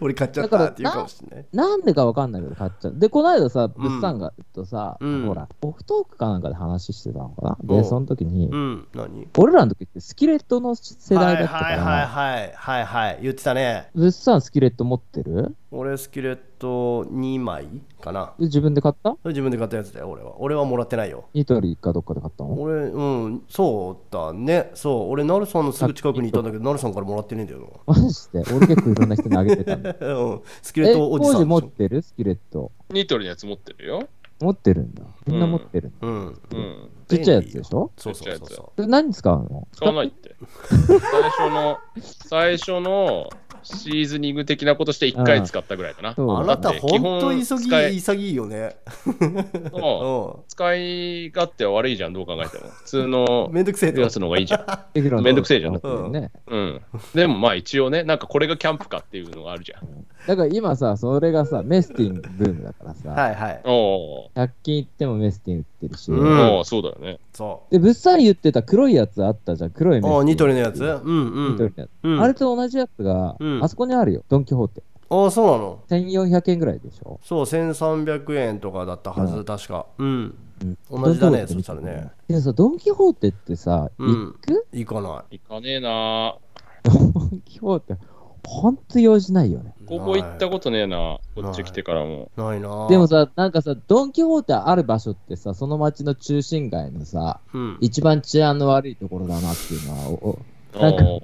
C: 俺買っちゃったっていうかもしれない
A: なんでかわかんないけど買っちゃう。で、この間さ、物産がとさ、
C: うん
A: ほら、オフトークかなんかで話してたのかな。
C: お
A: で、
C: う
A: その時に、
C: うん何
A: 俺らの時ってスキレットの世代だったか
C: はい
A: ら、
C: はいはいはいはいはい言ってたね
A: 物産スキレット持ってる
C: 俺スキレット2枚かな
A: で自分で買った
C: それ自分で買ったやつだよ俺は俺はもらってないよ
A: ニトリかどっかで買ったの
C: 俺うんそうだねそう俺ナルさんのすぐ近くにいたんだけどナルさんからもらってねえんだよな
A: マジで俺結構いろんな人にあげてたんだ
C: うん スキレ
A: え、
C: ットおじ
A: 当
C: さ
A: 時
C: ん
A: 持
C: で
A: っ
C: しょ。
A: てるスキレット。
B: ニトリのやつ持ってるよ。
A: 持ってるんだ。みんな持ってるんだ。
C: うん。
B: うん。
A: ちっちゃいやつでしょ
C: そう
B: ちっ
C: そうそう
B: ちゃいやつ
C: そ。
A: それ何使うの
B: 使わないって。最初の、最初のシーズニング的なことして1回使ったぐらいかな。
A: そうう
C: あな
B: だ
C: た
B: って基
C: 本
B: 本
C: 当潔
B: 使え
C: い潔いよね。う
B: 使い勝手は悪いじゃん、どう考えても。普通の
C: ん。めんどくせえと
B: やつの方がいいじゃん。
A: テフロン
B: めんどくせえじゃん
A: 持ってるよね。
B: うん。でもまあ一応ね、なんかこれがキャンプかっていうのがあるじゃん。
A: だから今さ、それがさ、メスティンブームだからさ、
C: はいはい。
B: おー
A: 100均行ってもメスティン売ってるし、
C: うん
B: おー、そうだよね。
C: そ。
A: で、物産言ってた黒いやつあったじゃん、黒いうメスティ
C: あ
A: ン。
C: ニトリのやつう
A: ニ
C: んう
A: トリ
C: ん。
A: のやつ。
C: うん
A: あれと同じやつが、
C: うん
A: あそこにあるよ、ドン・キホーテ。
C: あそうなの。
A: 1400円ぐらいでしょ。
C: そう、1300円とかだったはず、
A: うん
C: 確か。うん。
A: うん
C: 同じだね、
A: ド
C: そ
A: ンキ
C: した
A: ホー
C: ら
A: テ
C: ね。。
A: でもさ、ドン・キホーテってさ、
C: うん
A: 行く
C: 行かない。
B: 行かねえな
A: ドン・キホーテ、ほんと用事ないよね。
B: 高校行ったことねえなこっち来てからも。
C: ないな。
A: でも、さ、なんかさ、ドン・キホーテある場所ってさ、その町の中心街のさ、
C: うん。
A: 一番治安の悪いところだなっていうのは、おお
B: お
A: なんか
B: ー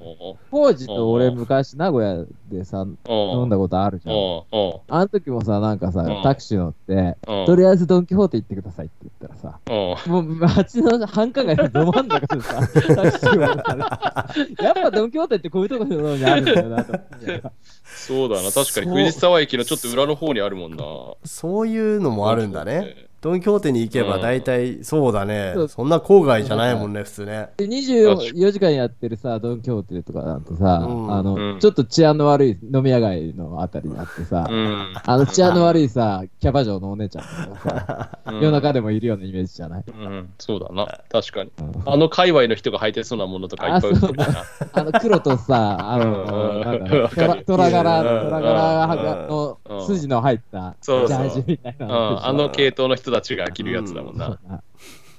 A: 当時と俺
B: うん
A: 昔名古屋でさ、飲
B: お
A: ん
B: ー
A: だことあるじゃん。
B: おーお
A: あの時もさ、なんかさ
B: うん、
A: タクシー乗って、
B: ーお
A: と
B: ー
A: りあえずドン・キホーテ行ってくださいって言ったらさ、
B: おー
A: もう街の繁華街のど真ん中で さ、タクシーを乗ったら、やっぱドン・キホーテってこういうところにあるんだよなと思って。
B: そうだな、確かに
C: そう
B: 藤沢駅のちょっと裏の方にあるもんな。
C: そういうのもあるんだね。。ドン・キホーテに行けば大体そうだね、そんな郊外じゃないもんね普通ね
A: で24時間やってるさ、ドン・キホーテとかなんてさ、
C: うん
A: あの、
B: うん
A: ちょっと治安の悪い飲み屋街のあたりにあってさ、
B: うん
A: あの治安の悪いさ、キャバ嬢のお姉ちゃんとかさ、夜中でもいるようなイメージじゃない
B: うん、そうだな、確かに。あの界隈の人が履いてそうなものとかいっぱい売ってるからな。
A: あの黒とさ、あ
B: うん
A: の、なんだろ
B: わ
A: う、
B: かる
A: トラトラ柄、トラ柄
B: うん
A: の筋の入ったジ
B: そ
A: ャ
B: うそう
A: ージみたいな
B: う
A: の
B: ん、あの系統の人たちが着るやつだもん
A: そ
B: な
A: う。な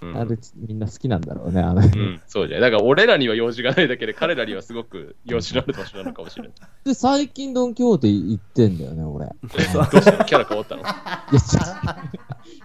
B: うん
A: あれ、みんな好きなんだろうね、あの。
B: うん、そうじゃない。だから俺らには用事がないだけで、彼らにはすごく用事のある場所なのかもしれない。
A: で、最近ドン・キホーテ行ってんだよね、俺。い
B: どうしたキャラ変わったのあ、
A: や、ちょ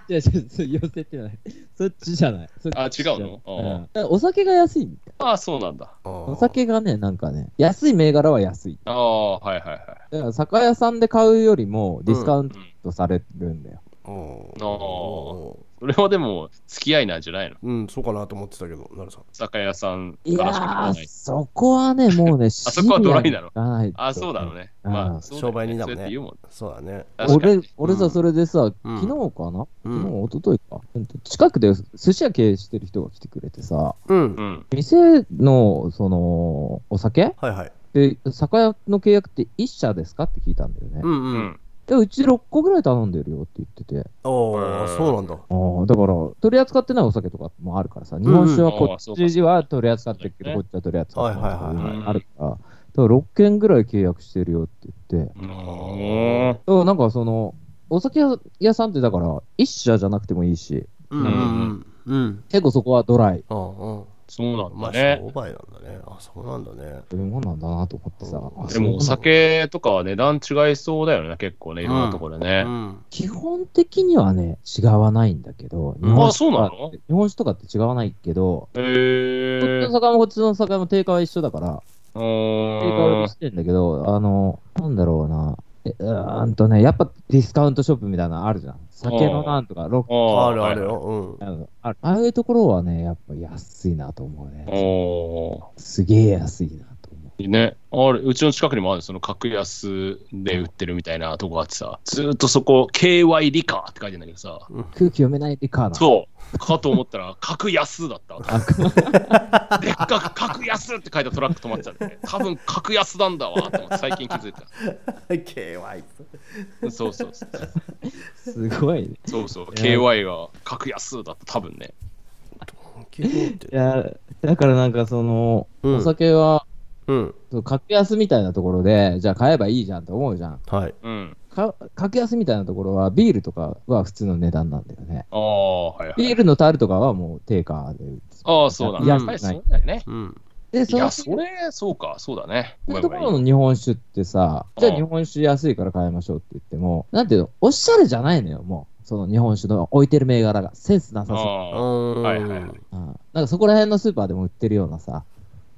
A: いや、ちょっと寄せてない。そっちじゃない。そっちじゃない
B: 違うのあー
A: んだからお酒が安いんだよ。
B: あ、そうなんだ。
C: お
A: お酒がね、なんかね、安い銘柄は安い。
B: ああ、はいはいはい。
A: だから、酒屋さんで買うよりもディスカウントされるんだよ。
C: お
B: ーそれはでも、付き合いなんじゃないの
C: うんそうかなと思ってたけどなるさん
B: 酒屋さん
A: い
B: か
A: や
B: らしか買わない
A: ー、。そこはね、もう ね、あ
B: そこはドライなのあ、そうだろう
A: ね。
B: ね。
A: うん
B: ま
A: う
B: あ、
A: ん
B: そう
C: 商売人だもん
B: そ
C: ね
B: うやって言うもん。
C: そうだね
B: 確かに
A: 俺
B: ね。
A: 俺
C: う
A: さ、
C: ん
A: それでさ、
C: うん
A: 昨日かな、
C: うん
A: 昨日、一昨日か、うんと近くで寿司屋経営してる人が来てくれてさ、
C: うん
B: うん。
A: 店の、その、お酒
C: はいはい
A: で、酒屋の契約って1社ですかって聞いたんだよね。
C: うんう
B: うんん。
A: で、うち6個ぐらい頼んでるよって言ってて、
C: おおそうなんだ
A: あーだから、取り扱ってないお酒とかもあるからさ、日本酒はこ
B: あ
A: っ
B: ーそうか
A: ちは取り扱ってるけど、
B: そう
A: こ
B: だ
A: っちは取り扱ってないとか
C: はいは
B: は
C: い
B: いはい
A: あるから、だから6件ぐらい契約してるよって言って、
B: うん
A: だからなんかその、お酒屋さんってだから、一社じゃなくてもいいし、
C: うんうんうん
A: 結構そこはドライ。
C: うんうん
B: そうなんだ
C: まあ
B: ね。
C: 商売なんだねあそうなんだね
A: そういうもんなんだなと思ってさ。あ
B: で
A: そうな
B: もお
A: んだ
B: 酒とかは値段違いそうだよね、結構ね、いろんなところで
C: う
B: ね。
C: ん
A: 基本的にはね、違わないんだけど、
C: う
A: 日
C: ん
A: 本酒
B: あそう
A: と
B: な
A: か
B: の
A: って日本酒とかって違わないけど、
B: へ
A: こっち
B: え
A: の。酒もこっちの酒も定価は一緒だから、定
B: う
A: 価は
B: ーん
A: してんだけど、あの、なんだろうな。えうーんとね、やっぱディスカウントショップみたいなのあるじゃん。酒のなんとか、ロック
B: あ
C: あるある。よ
A: あのあるああいうところはね、やっぱ安いなと思うね。
B: お
A: すげえ安いなと思う。
B: ーね、あれうちの近くにもあるその格安で売ってるみたいなとこがあってさずーっとそこ KY リカーって書いてんだけどさ
A: 空気読めないでかな。
B: そうかと思ったら 格安だった
A: あく
B: でっかく格安って書いたトラック止まってたんで、ね、多分格安なんだわと思って最近気づいた
C: うん KY
B: そうそうそう
A: すごいね。
B: そうそう KY が格安だった多分ね
C: 基本って
A: いや、だからなんかその、
C: うん
A: お酒は、
C: うん
A: そう格安みたいなところで、じゃあ買えばいいじゃんって思うじゃん。
C: はい
B: うん
A: か格安みたいなところは、ビールとかは普通の値段なんだよね。
B: ああはいはい
A: ビールのタールとかはもう定価で売って
B: ああ、そうなんだ。やっ
A: 安く
B: ぱ
A: な
B: り
A: い
B: そうだよね。
C: うん
A: で、
B: い
A: その
B: や、それ、そうか、そうだね。
A: そういう
B: ごめ
A: んと
B: ご
A: こ
B: め
A: ろ
B: ん
A: の日本酒ってさ、じゃ
B: う
A: あ
B: ん
A: 日本酒安いから買いましょうって言っても、なんていうの、おしゃれじゃないのよ、もう。その日本酒の置いてる銘柄が。センスなさそう
B: ああ
C: ん
B: はいはいはい
A: うん。なんかそこら辺のスーパーでも売ってるようなさ、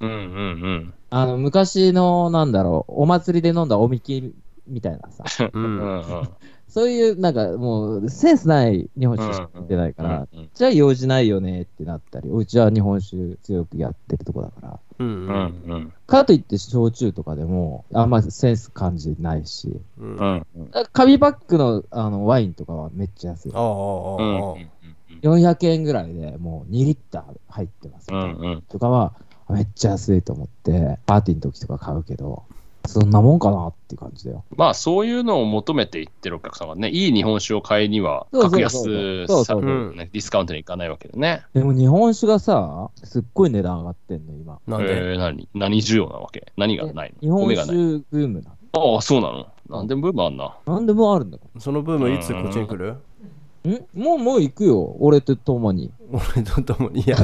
B: うんうん
A: あの、昔の、なんだろう、お祭りで飲んだおみきみたいなさ、
C: う
B: うんうんんうん。
A: そういう、なんかもう、センスない日本酒しか売ってないから、じゃあ用事ないよねってなったり、うちは日本酒強くやってるとこだから。
C: うん
B: うんうん
A: かといって焼酎とかでも、あんまセンス感じないし、
C: うん
B: う
C: ああ
A: だ
B: ん
A: から紙バッグのあのワインとかはめっちゃ安い。
C: あああ
A: 400円ぐらいでもう2リッター入ってます、
B: うんうん。
A: とかは、めっちゃ安いと思って、パーティーの時とか買うけど、そんなもんかなっていう感じだよ。
B: まあ、そういうのを求めていってるお客様ね、いい日本酒を買いには、
A: そうそ
B: 格
A: うそう
B: 安
A: そう
B: さ
A: そう
C: そう
B: うんねディスカウントに行かないわけでね。
A: でも日本酒がさ、すっごい値段上がってんの、今。
C: なんで
B: えー何何需要なわけ何がない
A: 日
B: の
A: 本
B: 米が
A: 酒
B: ない。
A: ブームな
B: ああ、そうなの。なんでブームあんな。
A: の。なんでもあるんだか
C: そのブームいつこっちに来る
A: ら。んもう、もう行くよ。俺と共に。
C: 俺とともにい や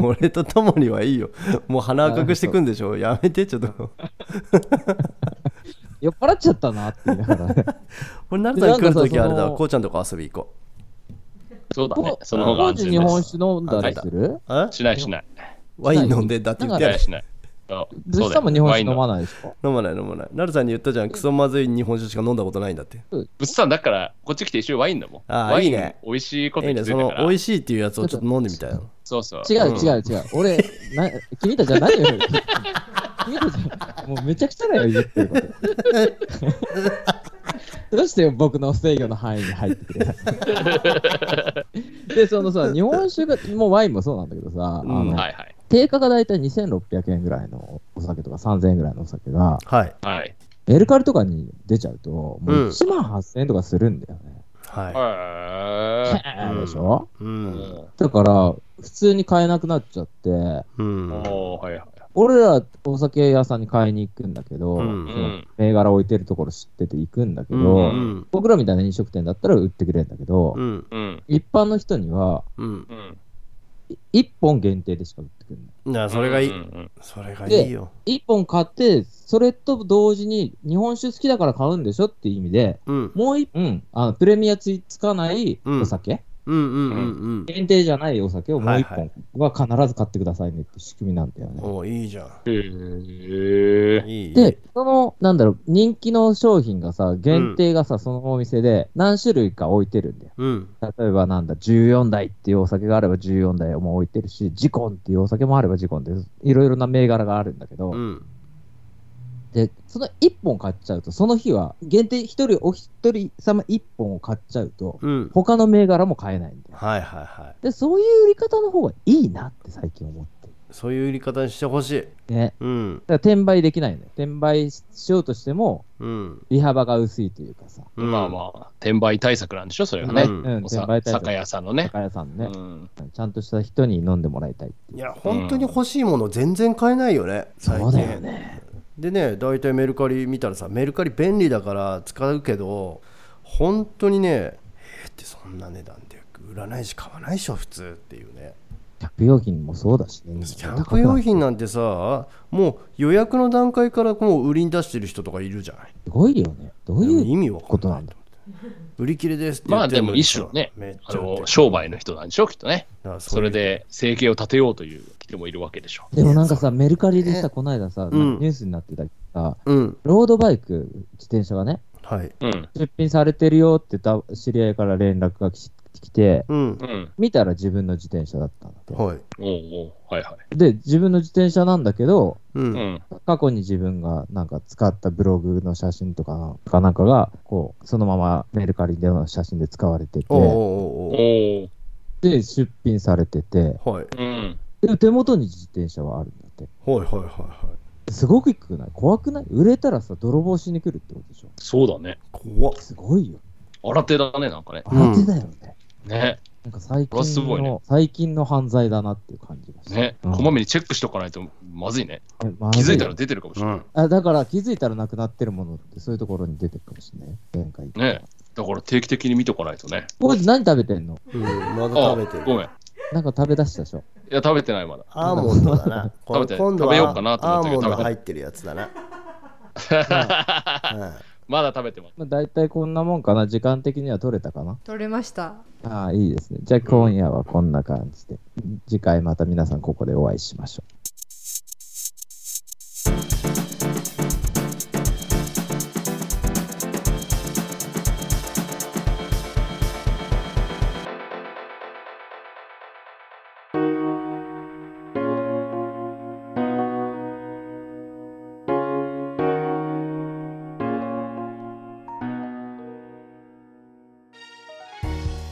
C: 俺とともにはいいよもう鼻赤くしてくんでしょやめてちょっと
A: 酔っ払っちゃったなって言いなが らね。
C: 俺なるさん来るときあれ
A: なんかさそ
C: だ
A: の
C: こうちゃんとこ遊び行こ
B: そうだね
A: こ。
B: その方が安
A: 当時日
B: 全で
A: 本
B: す。
A: 酒飲んだりする
C: うえ
B: しないしない。
C: ワイン飲んでんだって言って
B: し
C: や
B: な
C: る
B: いしない。あ
A: ずっさんも日本酒飲
B: ない
A: まないでしょ
C: 飲まない飲まないなるさんに言ったじゃんクソまずい日本酒しか飲んだことないんだって
B: 物産だから、こっち来て一緒にワインだもん。
C: あー
B: ワイン
C: いいね
B: 美味しいこと
C: いい
B: に気
C: ね
B: づいた
C: その
B: から。
C: 美味しいっていうやつをちょっと飲んでみたいな
B: そうそう。
A: 違う
C: うん
A: 違う違う。俺、な君たちは何を言う君たちはもうめちゃくちゃだよ、言ってる こと。どうして僕の制御の範囲に入ってくれない で、そのさ、日本酒が、もうワインもそうなんだけどさ、
C: うん
A: あの
B: はいはい。
A: 定価がだいたい2600円ぐらいのお酒とか3000円ぐらいのお酒が、
C: はい
B: はい。
A: メルカリとかに出ちゃうと、もう
C: うん
A: 1万8000円とかするんだよね。
C: は
B: は
C: うん
A: でしょ
C: い。う。
B: い。うんん
A: だから、普通に買えなくなっちゃって、
C: うん。
B: おーはいはい。
A: 俺らお酒屋さんに買いに行くんだけど、
C: う
A: そ
C: ん
A: の
B: ん。
A: 銘柄置いてるところ知ってて行くんだけど、
C: うんうん
A: 僕らみたいな飲食店だったら売ってくれるんだけど、
C: うん
B: うん。
A: 一般の人には
C: う
B: う
C: ん
B: ん。
A: 1本限定でしか売ってくれない。
C: いやそれがいい、
B: うん
C: それがいいよ
A: 1本買って、それと同時に日本酒好きだから買うんでしょっていう意味で、
C: うん
A: もう1本、あのプレミアつつかないお酒、
C: うんうんうん
A: 限定じゃないお酒をもう1
C: はいはい
A: 本は必ず買ってくださいねって仕組みなんだよね。
C: うんおいいじゃん
B: へー。
C: いい
A: で、その、なんだろう、人気の商品がさ、限定がさ、そのお店で何種類か置いてるんだよ。
C: うん
A: 例えばなんだ、14台っていうお酒があれば14台も置いてるし、ジコンっていうお酒もあればジコンって、いろいろな銘柄があるんだけど、
C: うん
A: で、その1本買っちゃうと、その日は、限定1人、お一人様1本を買っちゃうと、
C: うん
A: 他の銘柄も買えないんだよ。
C: はいはいはい
A: で、そういう売り方の方がいいなって最近思って
C: そういう売り方にしてほしい
A: る。ね。
C: うん
A: だから転売できないんだよ。転売しようとしても、
C: うん
A: 利幅が薄いというかさ。
C: うん
B: まあまあ、転売対策なんでしょ、それは
A: ね、
B: ね。
A: うん、
B: お
A: 転
B: さ
A: 売対策
B: 酒屋さんのね。
A: 酒屋さん
B: う
A: ね、
B: ん
A: ちゃんとした人に飲んでもらいたいっていう
C: いや本当に欲しいもの全然買えないよね最
A: そう
C: 近
A: だよね。
C: でね大体メルカリ見たらさメルカリ便利だから使うけど本当にねえーってそんな値段で売らないし買わないでしょ普通っていうね
A: 客用品もそうだしね。
C: キャンプ用
A: す
C: 品なんてさもう予約の段階からもう売りに出してる人とかいるじゃない
A: ごいよね。どう
C: でも
A: い
C: 意
A: う
C: 味わか
A: こと
C: んな
A: ないんだ
C: 売り切れですって
B: ま
C: 言
B: あ
C: って
B: で
C: んの
B: も
C: に
B: 一種
C: さ
B: のね
C: めっ、ち
B: あ
C: ゃ売って
B: の
C: る
B: 商売の人なんでしょ、きっとね。
C: だから
B: それで生計を立てようという人もいるわけでしょ。
A: でもなんかさ、メルカリでさ、この間さ、
C: うん
A: ニュースになってたけどさ、
C: うん
A: ロードバイク、自転車がね、
C: はい
B: うん。
A: 出品されてるよってた知り合いから連絡がき来て、
C: うん
B: うん。
A: 見たら自分の自転車だったんだっ
C: はい
B: おうおうはいはい。
A: て。で、自分の自転車なんだけど、
C: う
B: うんん。
A: 過去に自分がなんか使ったブログの写真とかかなんかが、こう、そのままメルカリでの写真で使われて
C: おう
A: て、
C: おうおう
B: おお。
A: で、出品されてて、
C: おうはい
B: うん。
A: で、手元に自転車はあるんだって。
C: はいはいはいはい
A: すごく低くない怖くない売れたらさ、泥棒しに来るってことでしょ
B: そうだね。
C: 怖っ
A: すごいよ。
B: 新手だね、なんかね。
A: 慌てだよね。
B: ね。
A: なんか最
B: これはす
A: 近
B: ごい
A: の、
B: ね
A: 最近の犯罪だなっていう感じがして。
B: ね。
A: うん
B: こまめにチェックしとかないとまずいね。
A: えまずよ
B: 気づいたら出てるかもしれない。
A: あだから気づいたらなくなってるものってそういうところに出てるかもしれない。前回。
B: ね。だから定期的に見とかないとね。
A: これ何食べてんの
C: うんまだ
B: あ
C: 食べてる
B: ごめん。い
A: なんか食べ出したでしょ
B: や、食べてないまだ。
C: アーモンドだな。
B: 食べて
C: 今度は
B: 食べようかなと思
C: ア
B: っ
C: ー
B: たけ
C: モ
B: ど
C: ンド入ってるやつ だな。うん
B: まだ食べてます。
A: まあ、大体こんなもんかな。時間的には取れたかな。
D: 取れました
A: ああ、いいですね。じゃあ今夜はこんな感じで。次回また皆さんここでお会いしましょう。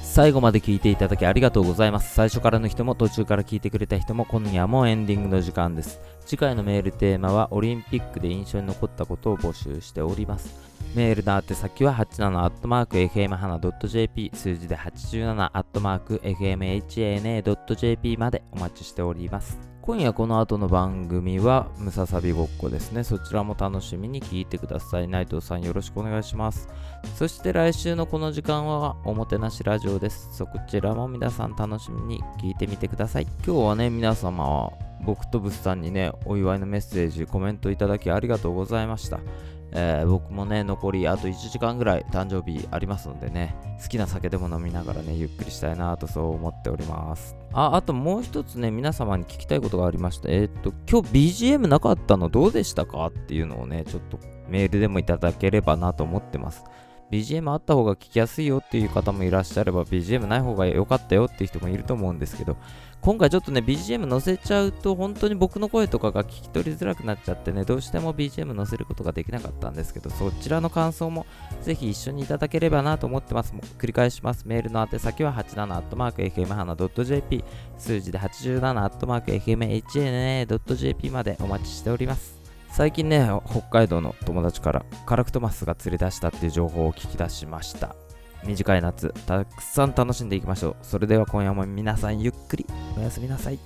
E: 最後まで聞いていただきありがとうございます。最初からの人も途中から聞いてくれた人も今夜もエンディングの時間です。次回のメールテーマはオリンピックで印象に残ったことを募集しております。メールの宛先は 87-fmhana.jp 数字で 87-fmhana.jp までお待ちしております。今夜この後の番組はムササビごっこですね。そちらも楽しみに聞いてください。内藤さんよろしくお願いします。そして来週のこの時間はおもてなしラジオです。そちらも皆さん楽しみに聞いてみてください。今日はね、皆様、僕とブスさんにね、お祝いのメッセージ、コメントいただきありがとうございました。えー僕もね、残りあと1時間ぐらい誕生日ありますのでね、好きな酒でも飲みながらね、ゆっくりしたいなとそう思っております。あ、あともう一つね、皆様に聞きたいことがありました。えーっと、今日 BGM なかったのどうでしたかっていうのをね、ちょっとメールでもいただければなと思ってます。
A: BGM あった方が聞きやすいよっていう方もいらっしゃれば BGM ない方が良かったよっていう人もいると思うんですけど今回ちょっとね BGM 載せちゃうと本当に僕の声とかが聞き取りづらくなっちゃってねどうしても BGM 載せることができなかったんですけどそちらの感想もぜひ一緒にいただければなと思ってますもう繰り返しますメールの宛先は 87-fmhana.jp 数字で 87-fmhana.jp までお待ちしております最近ね北海道の友達からカラクトマスが釣り出したっていう情報を聞き出しました短い夏たくさん楽しんでいきましょうそれでは今夜も皆さんゆっくりおやすみなさい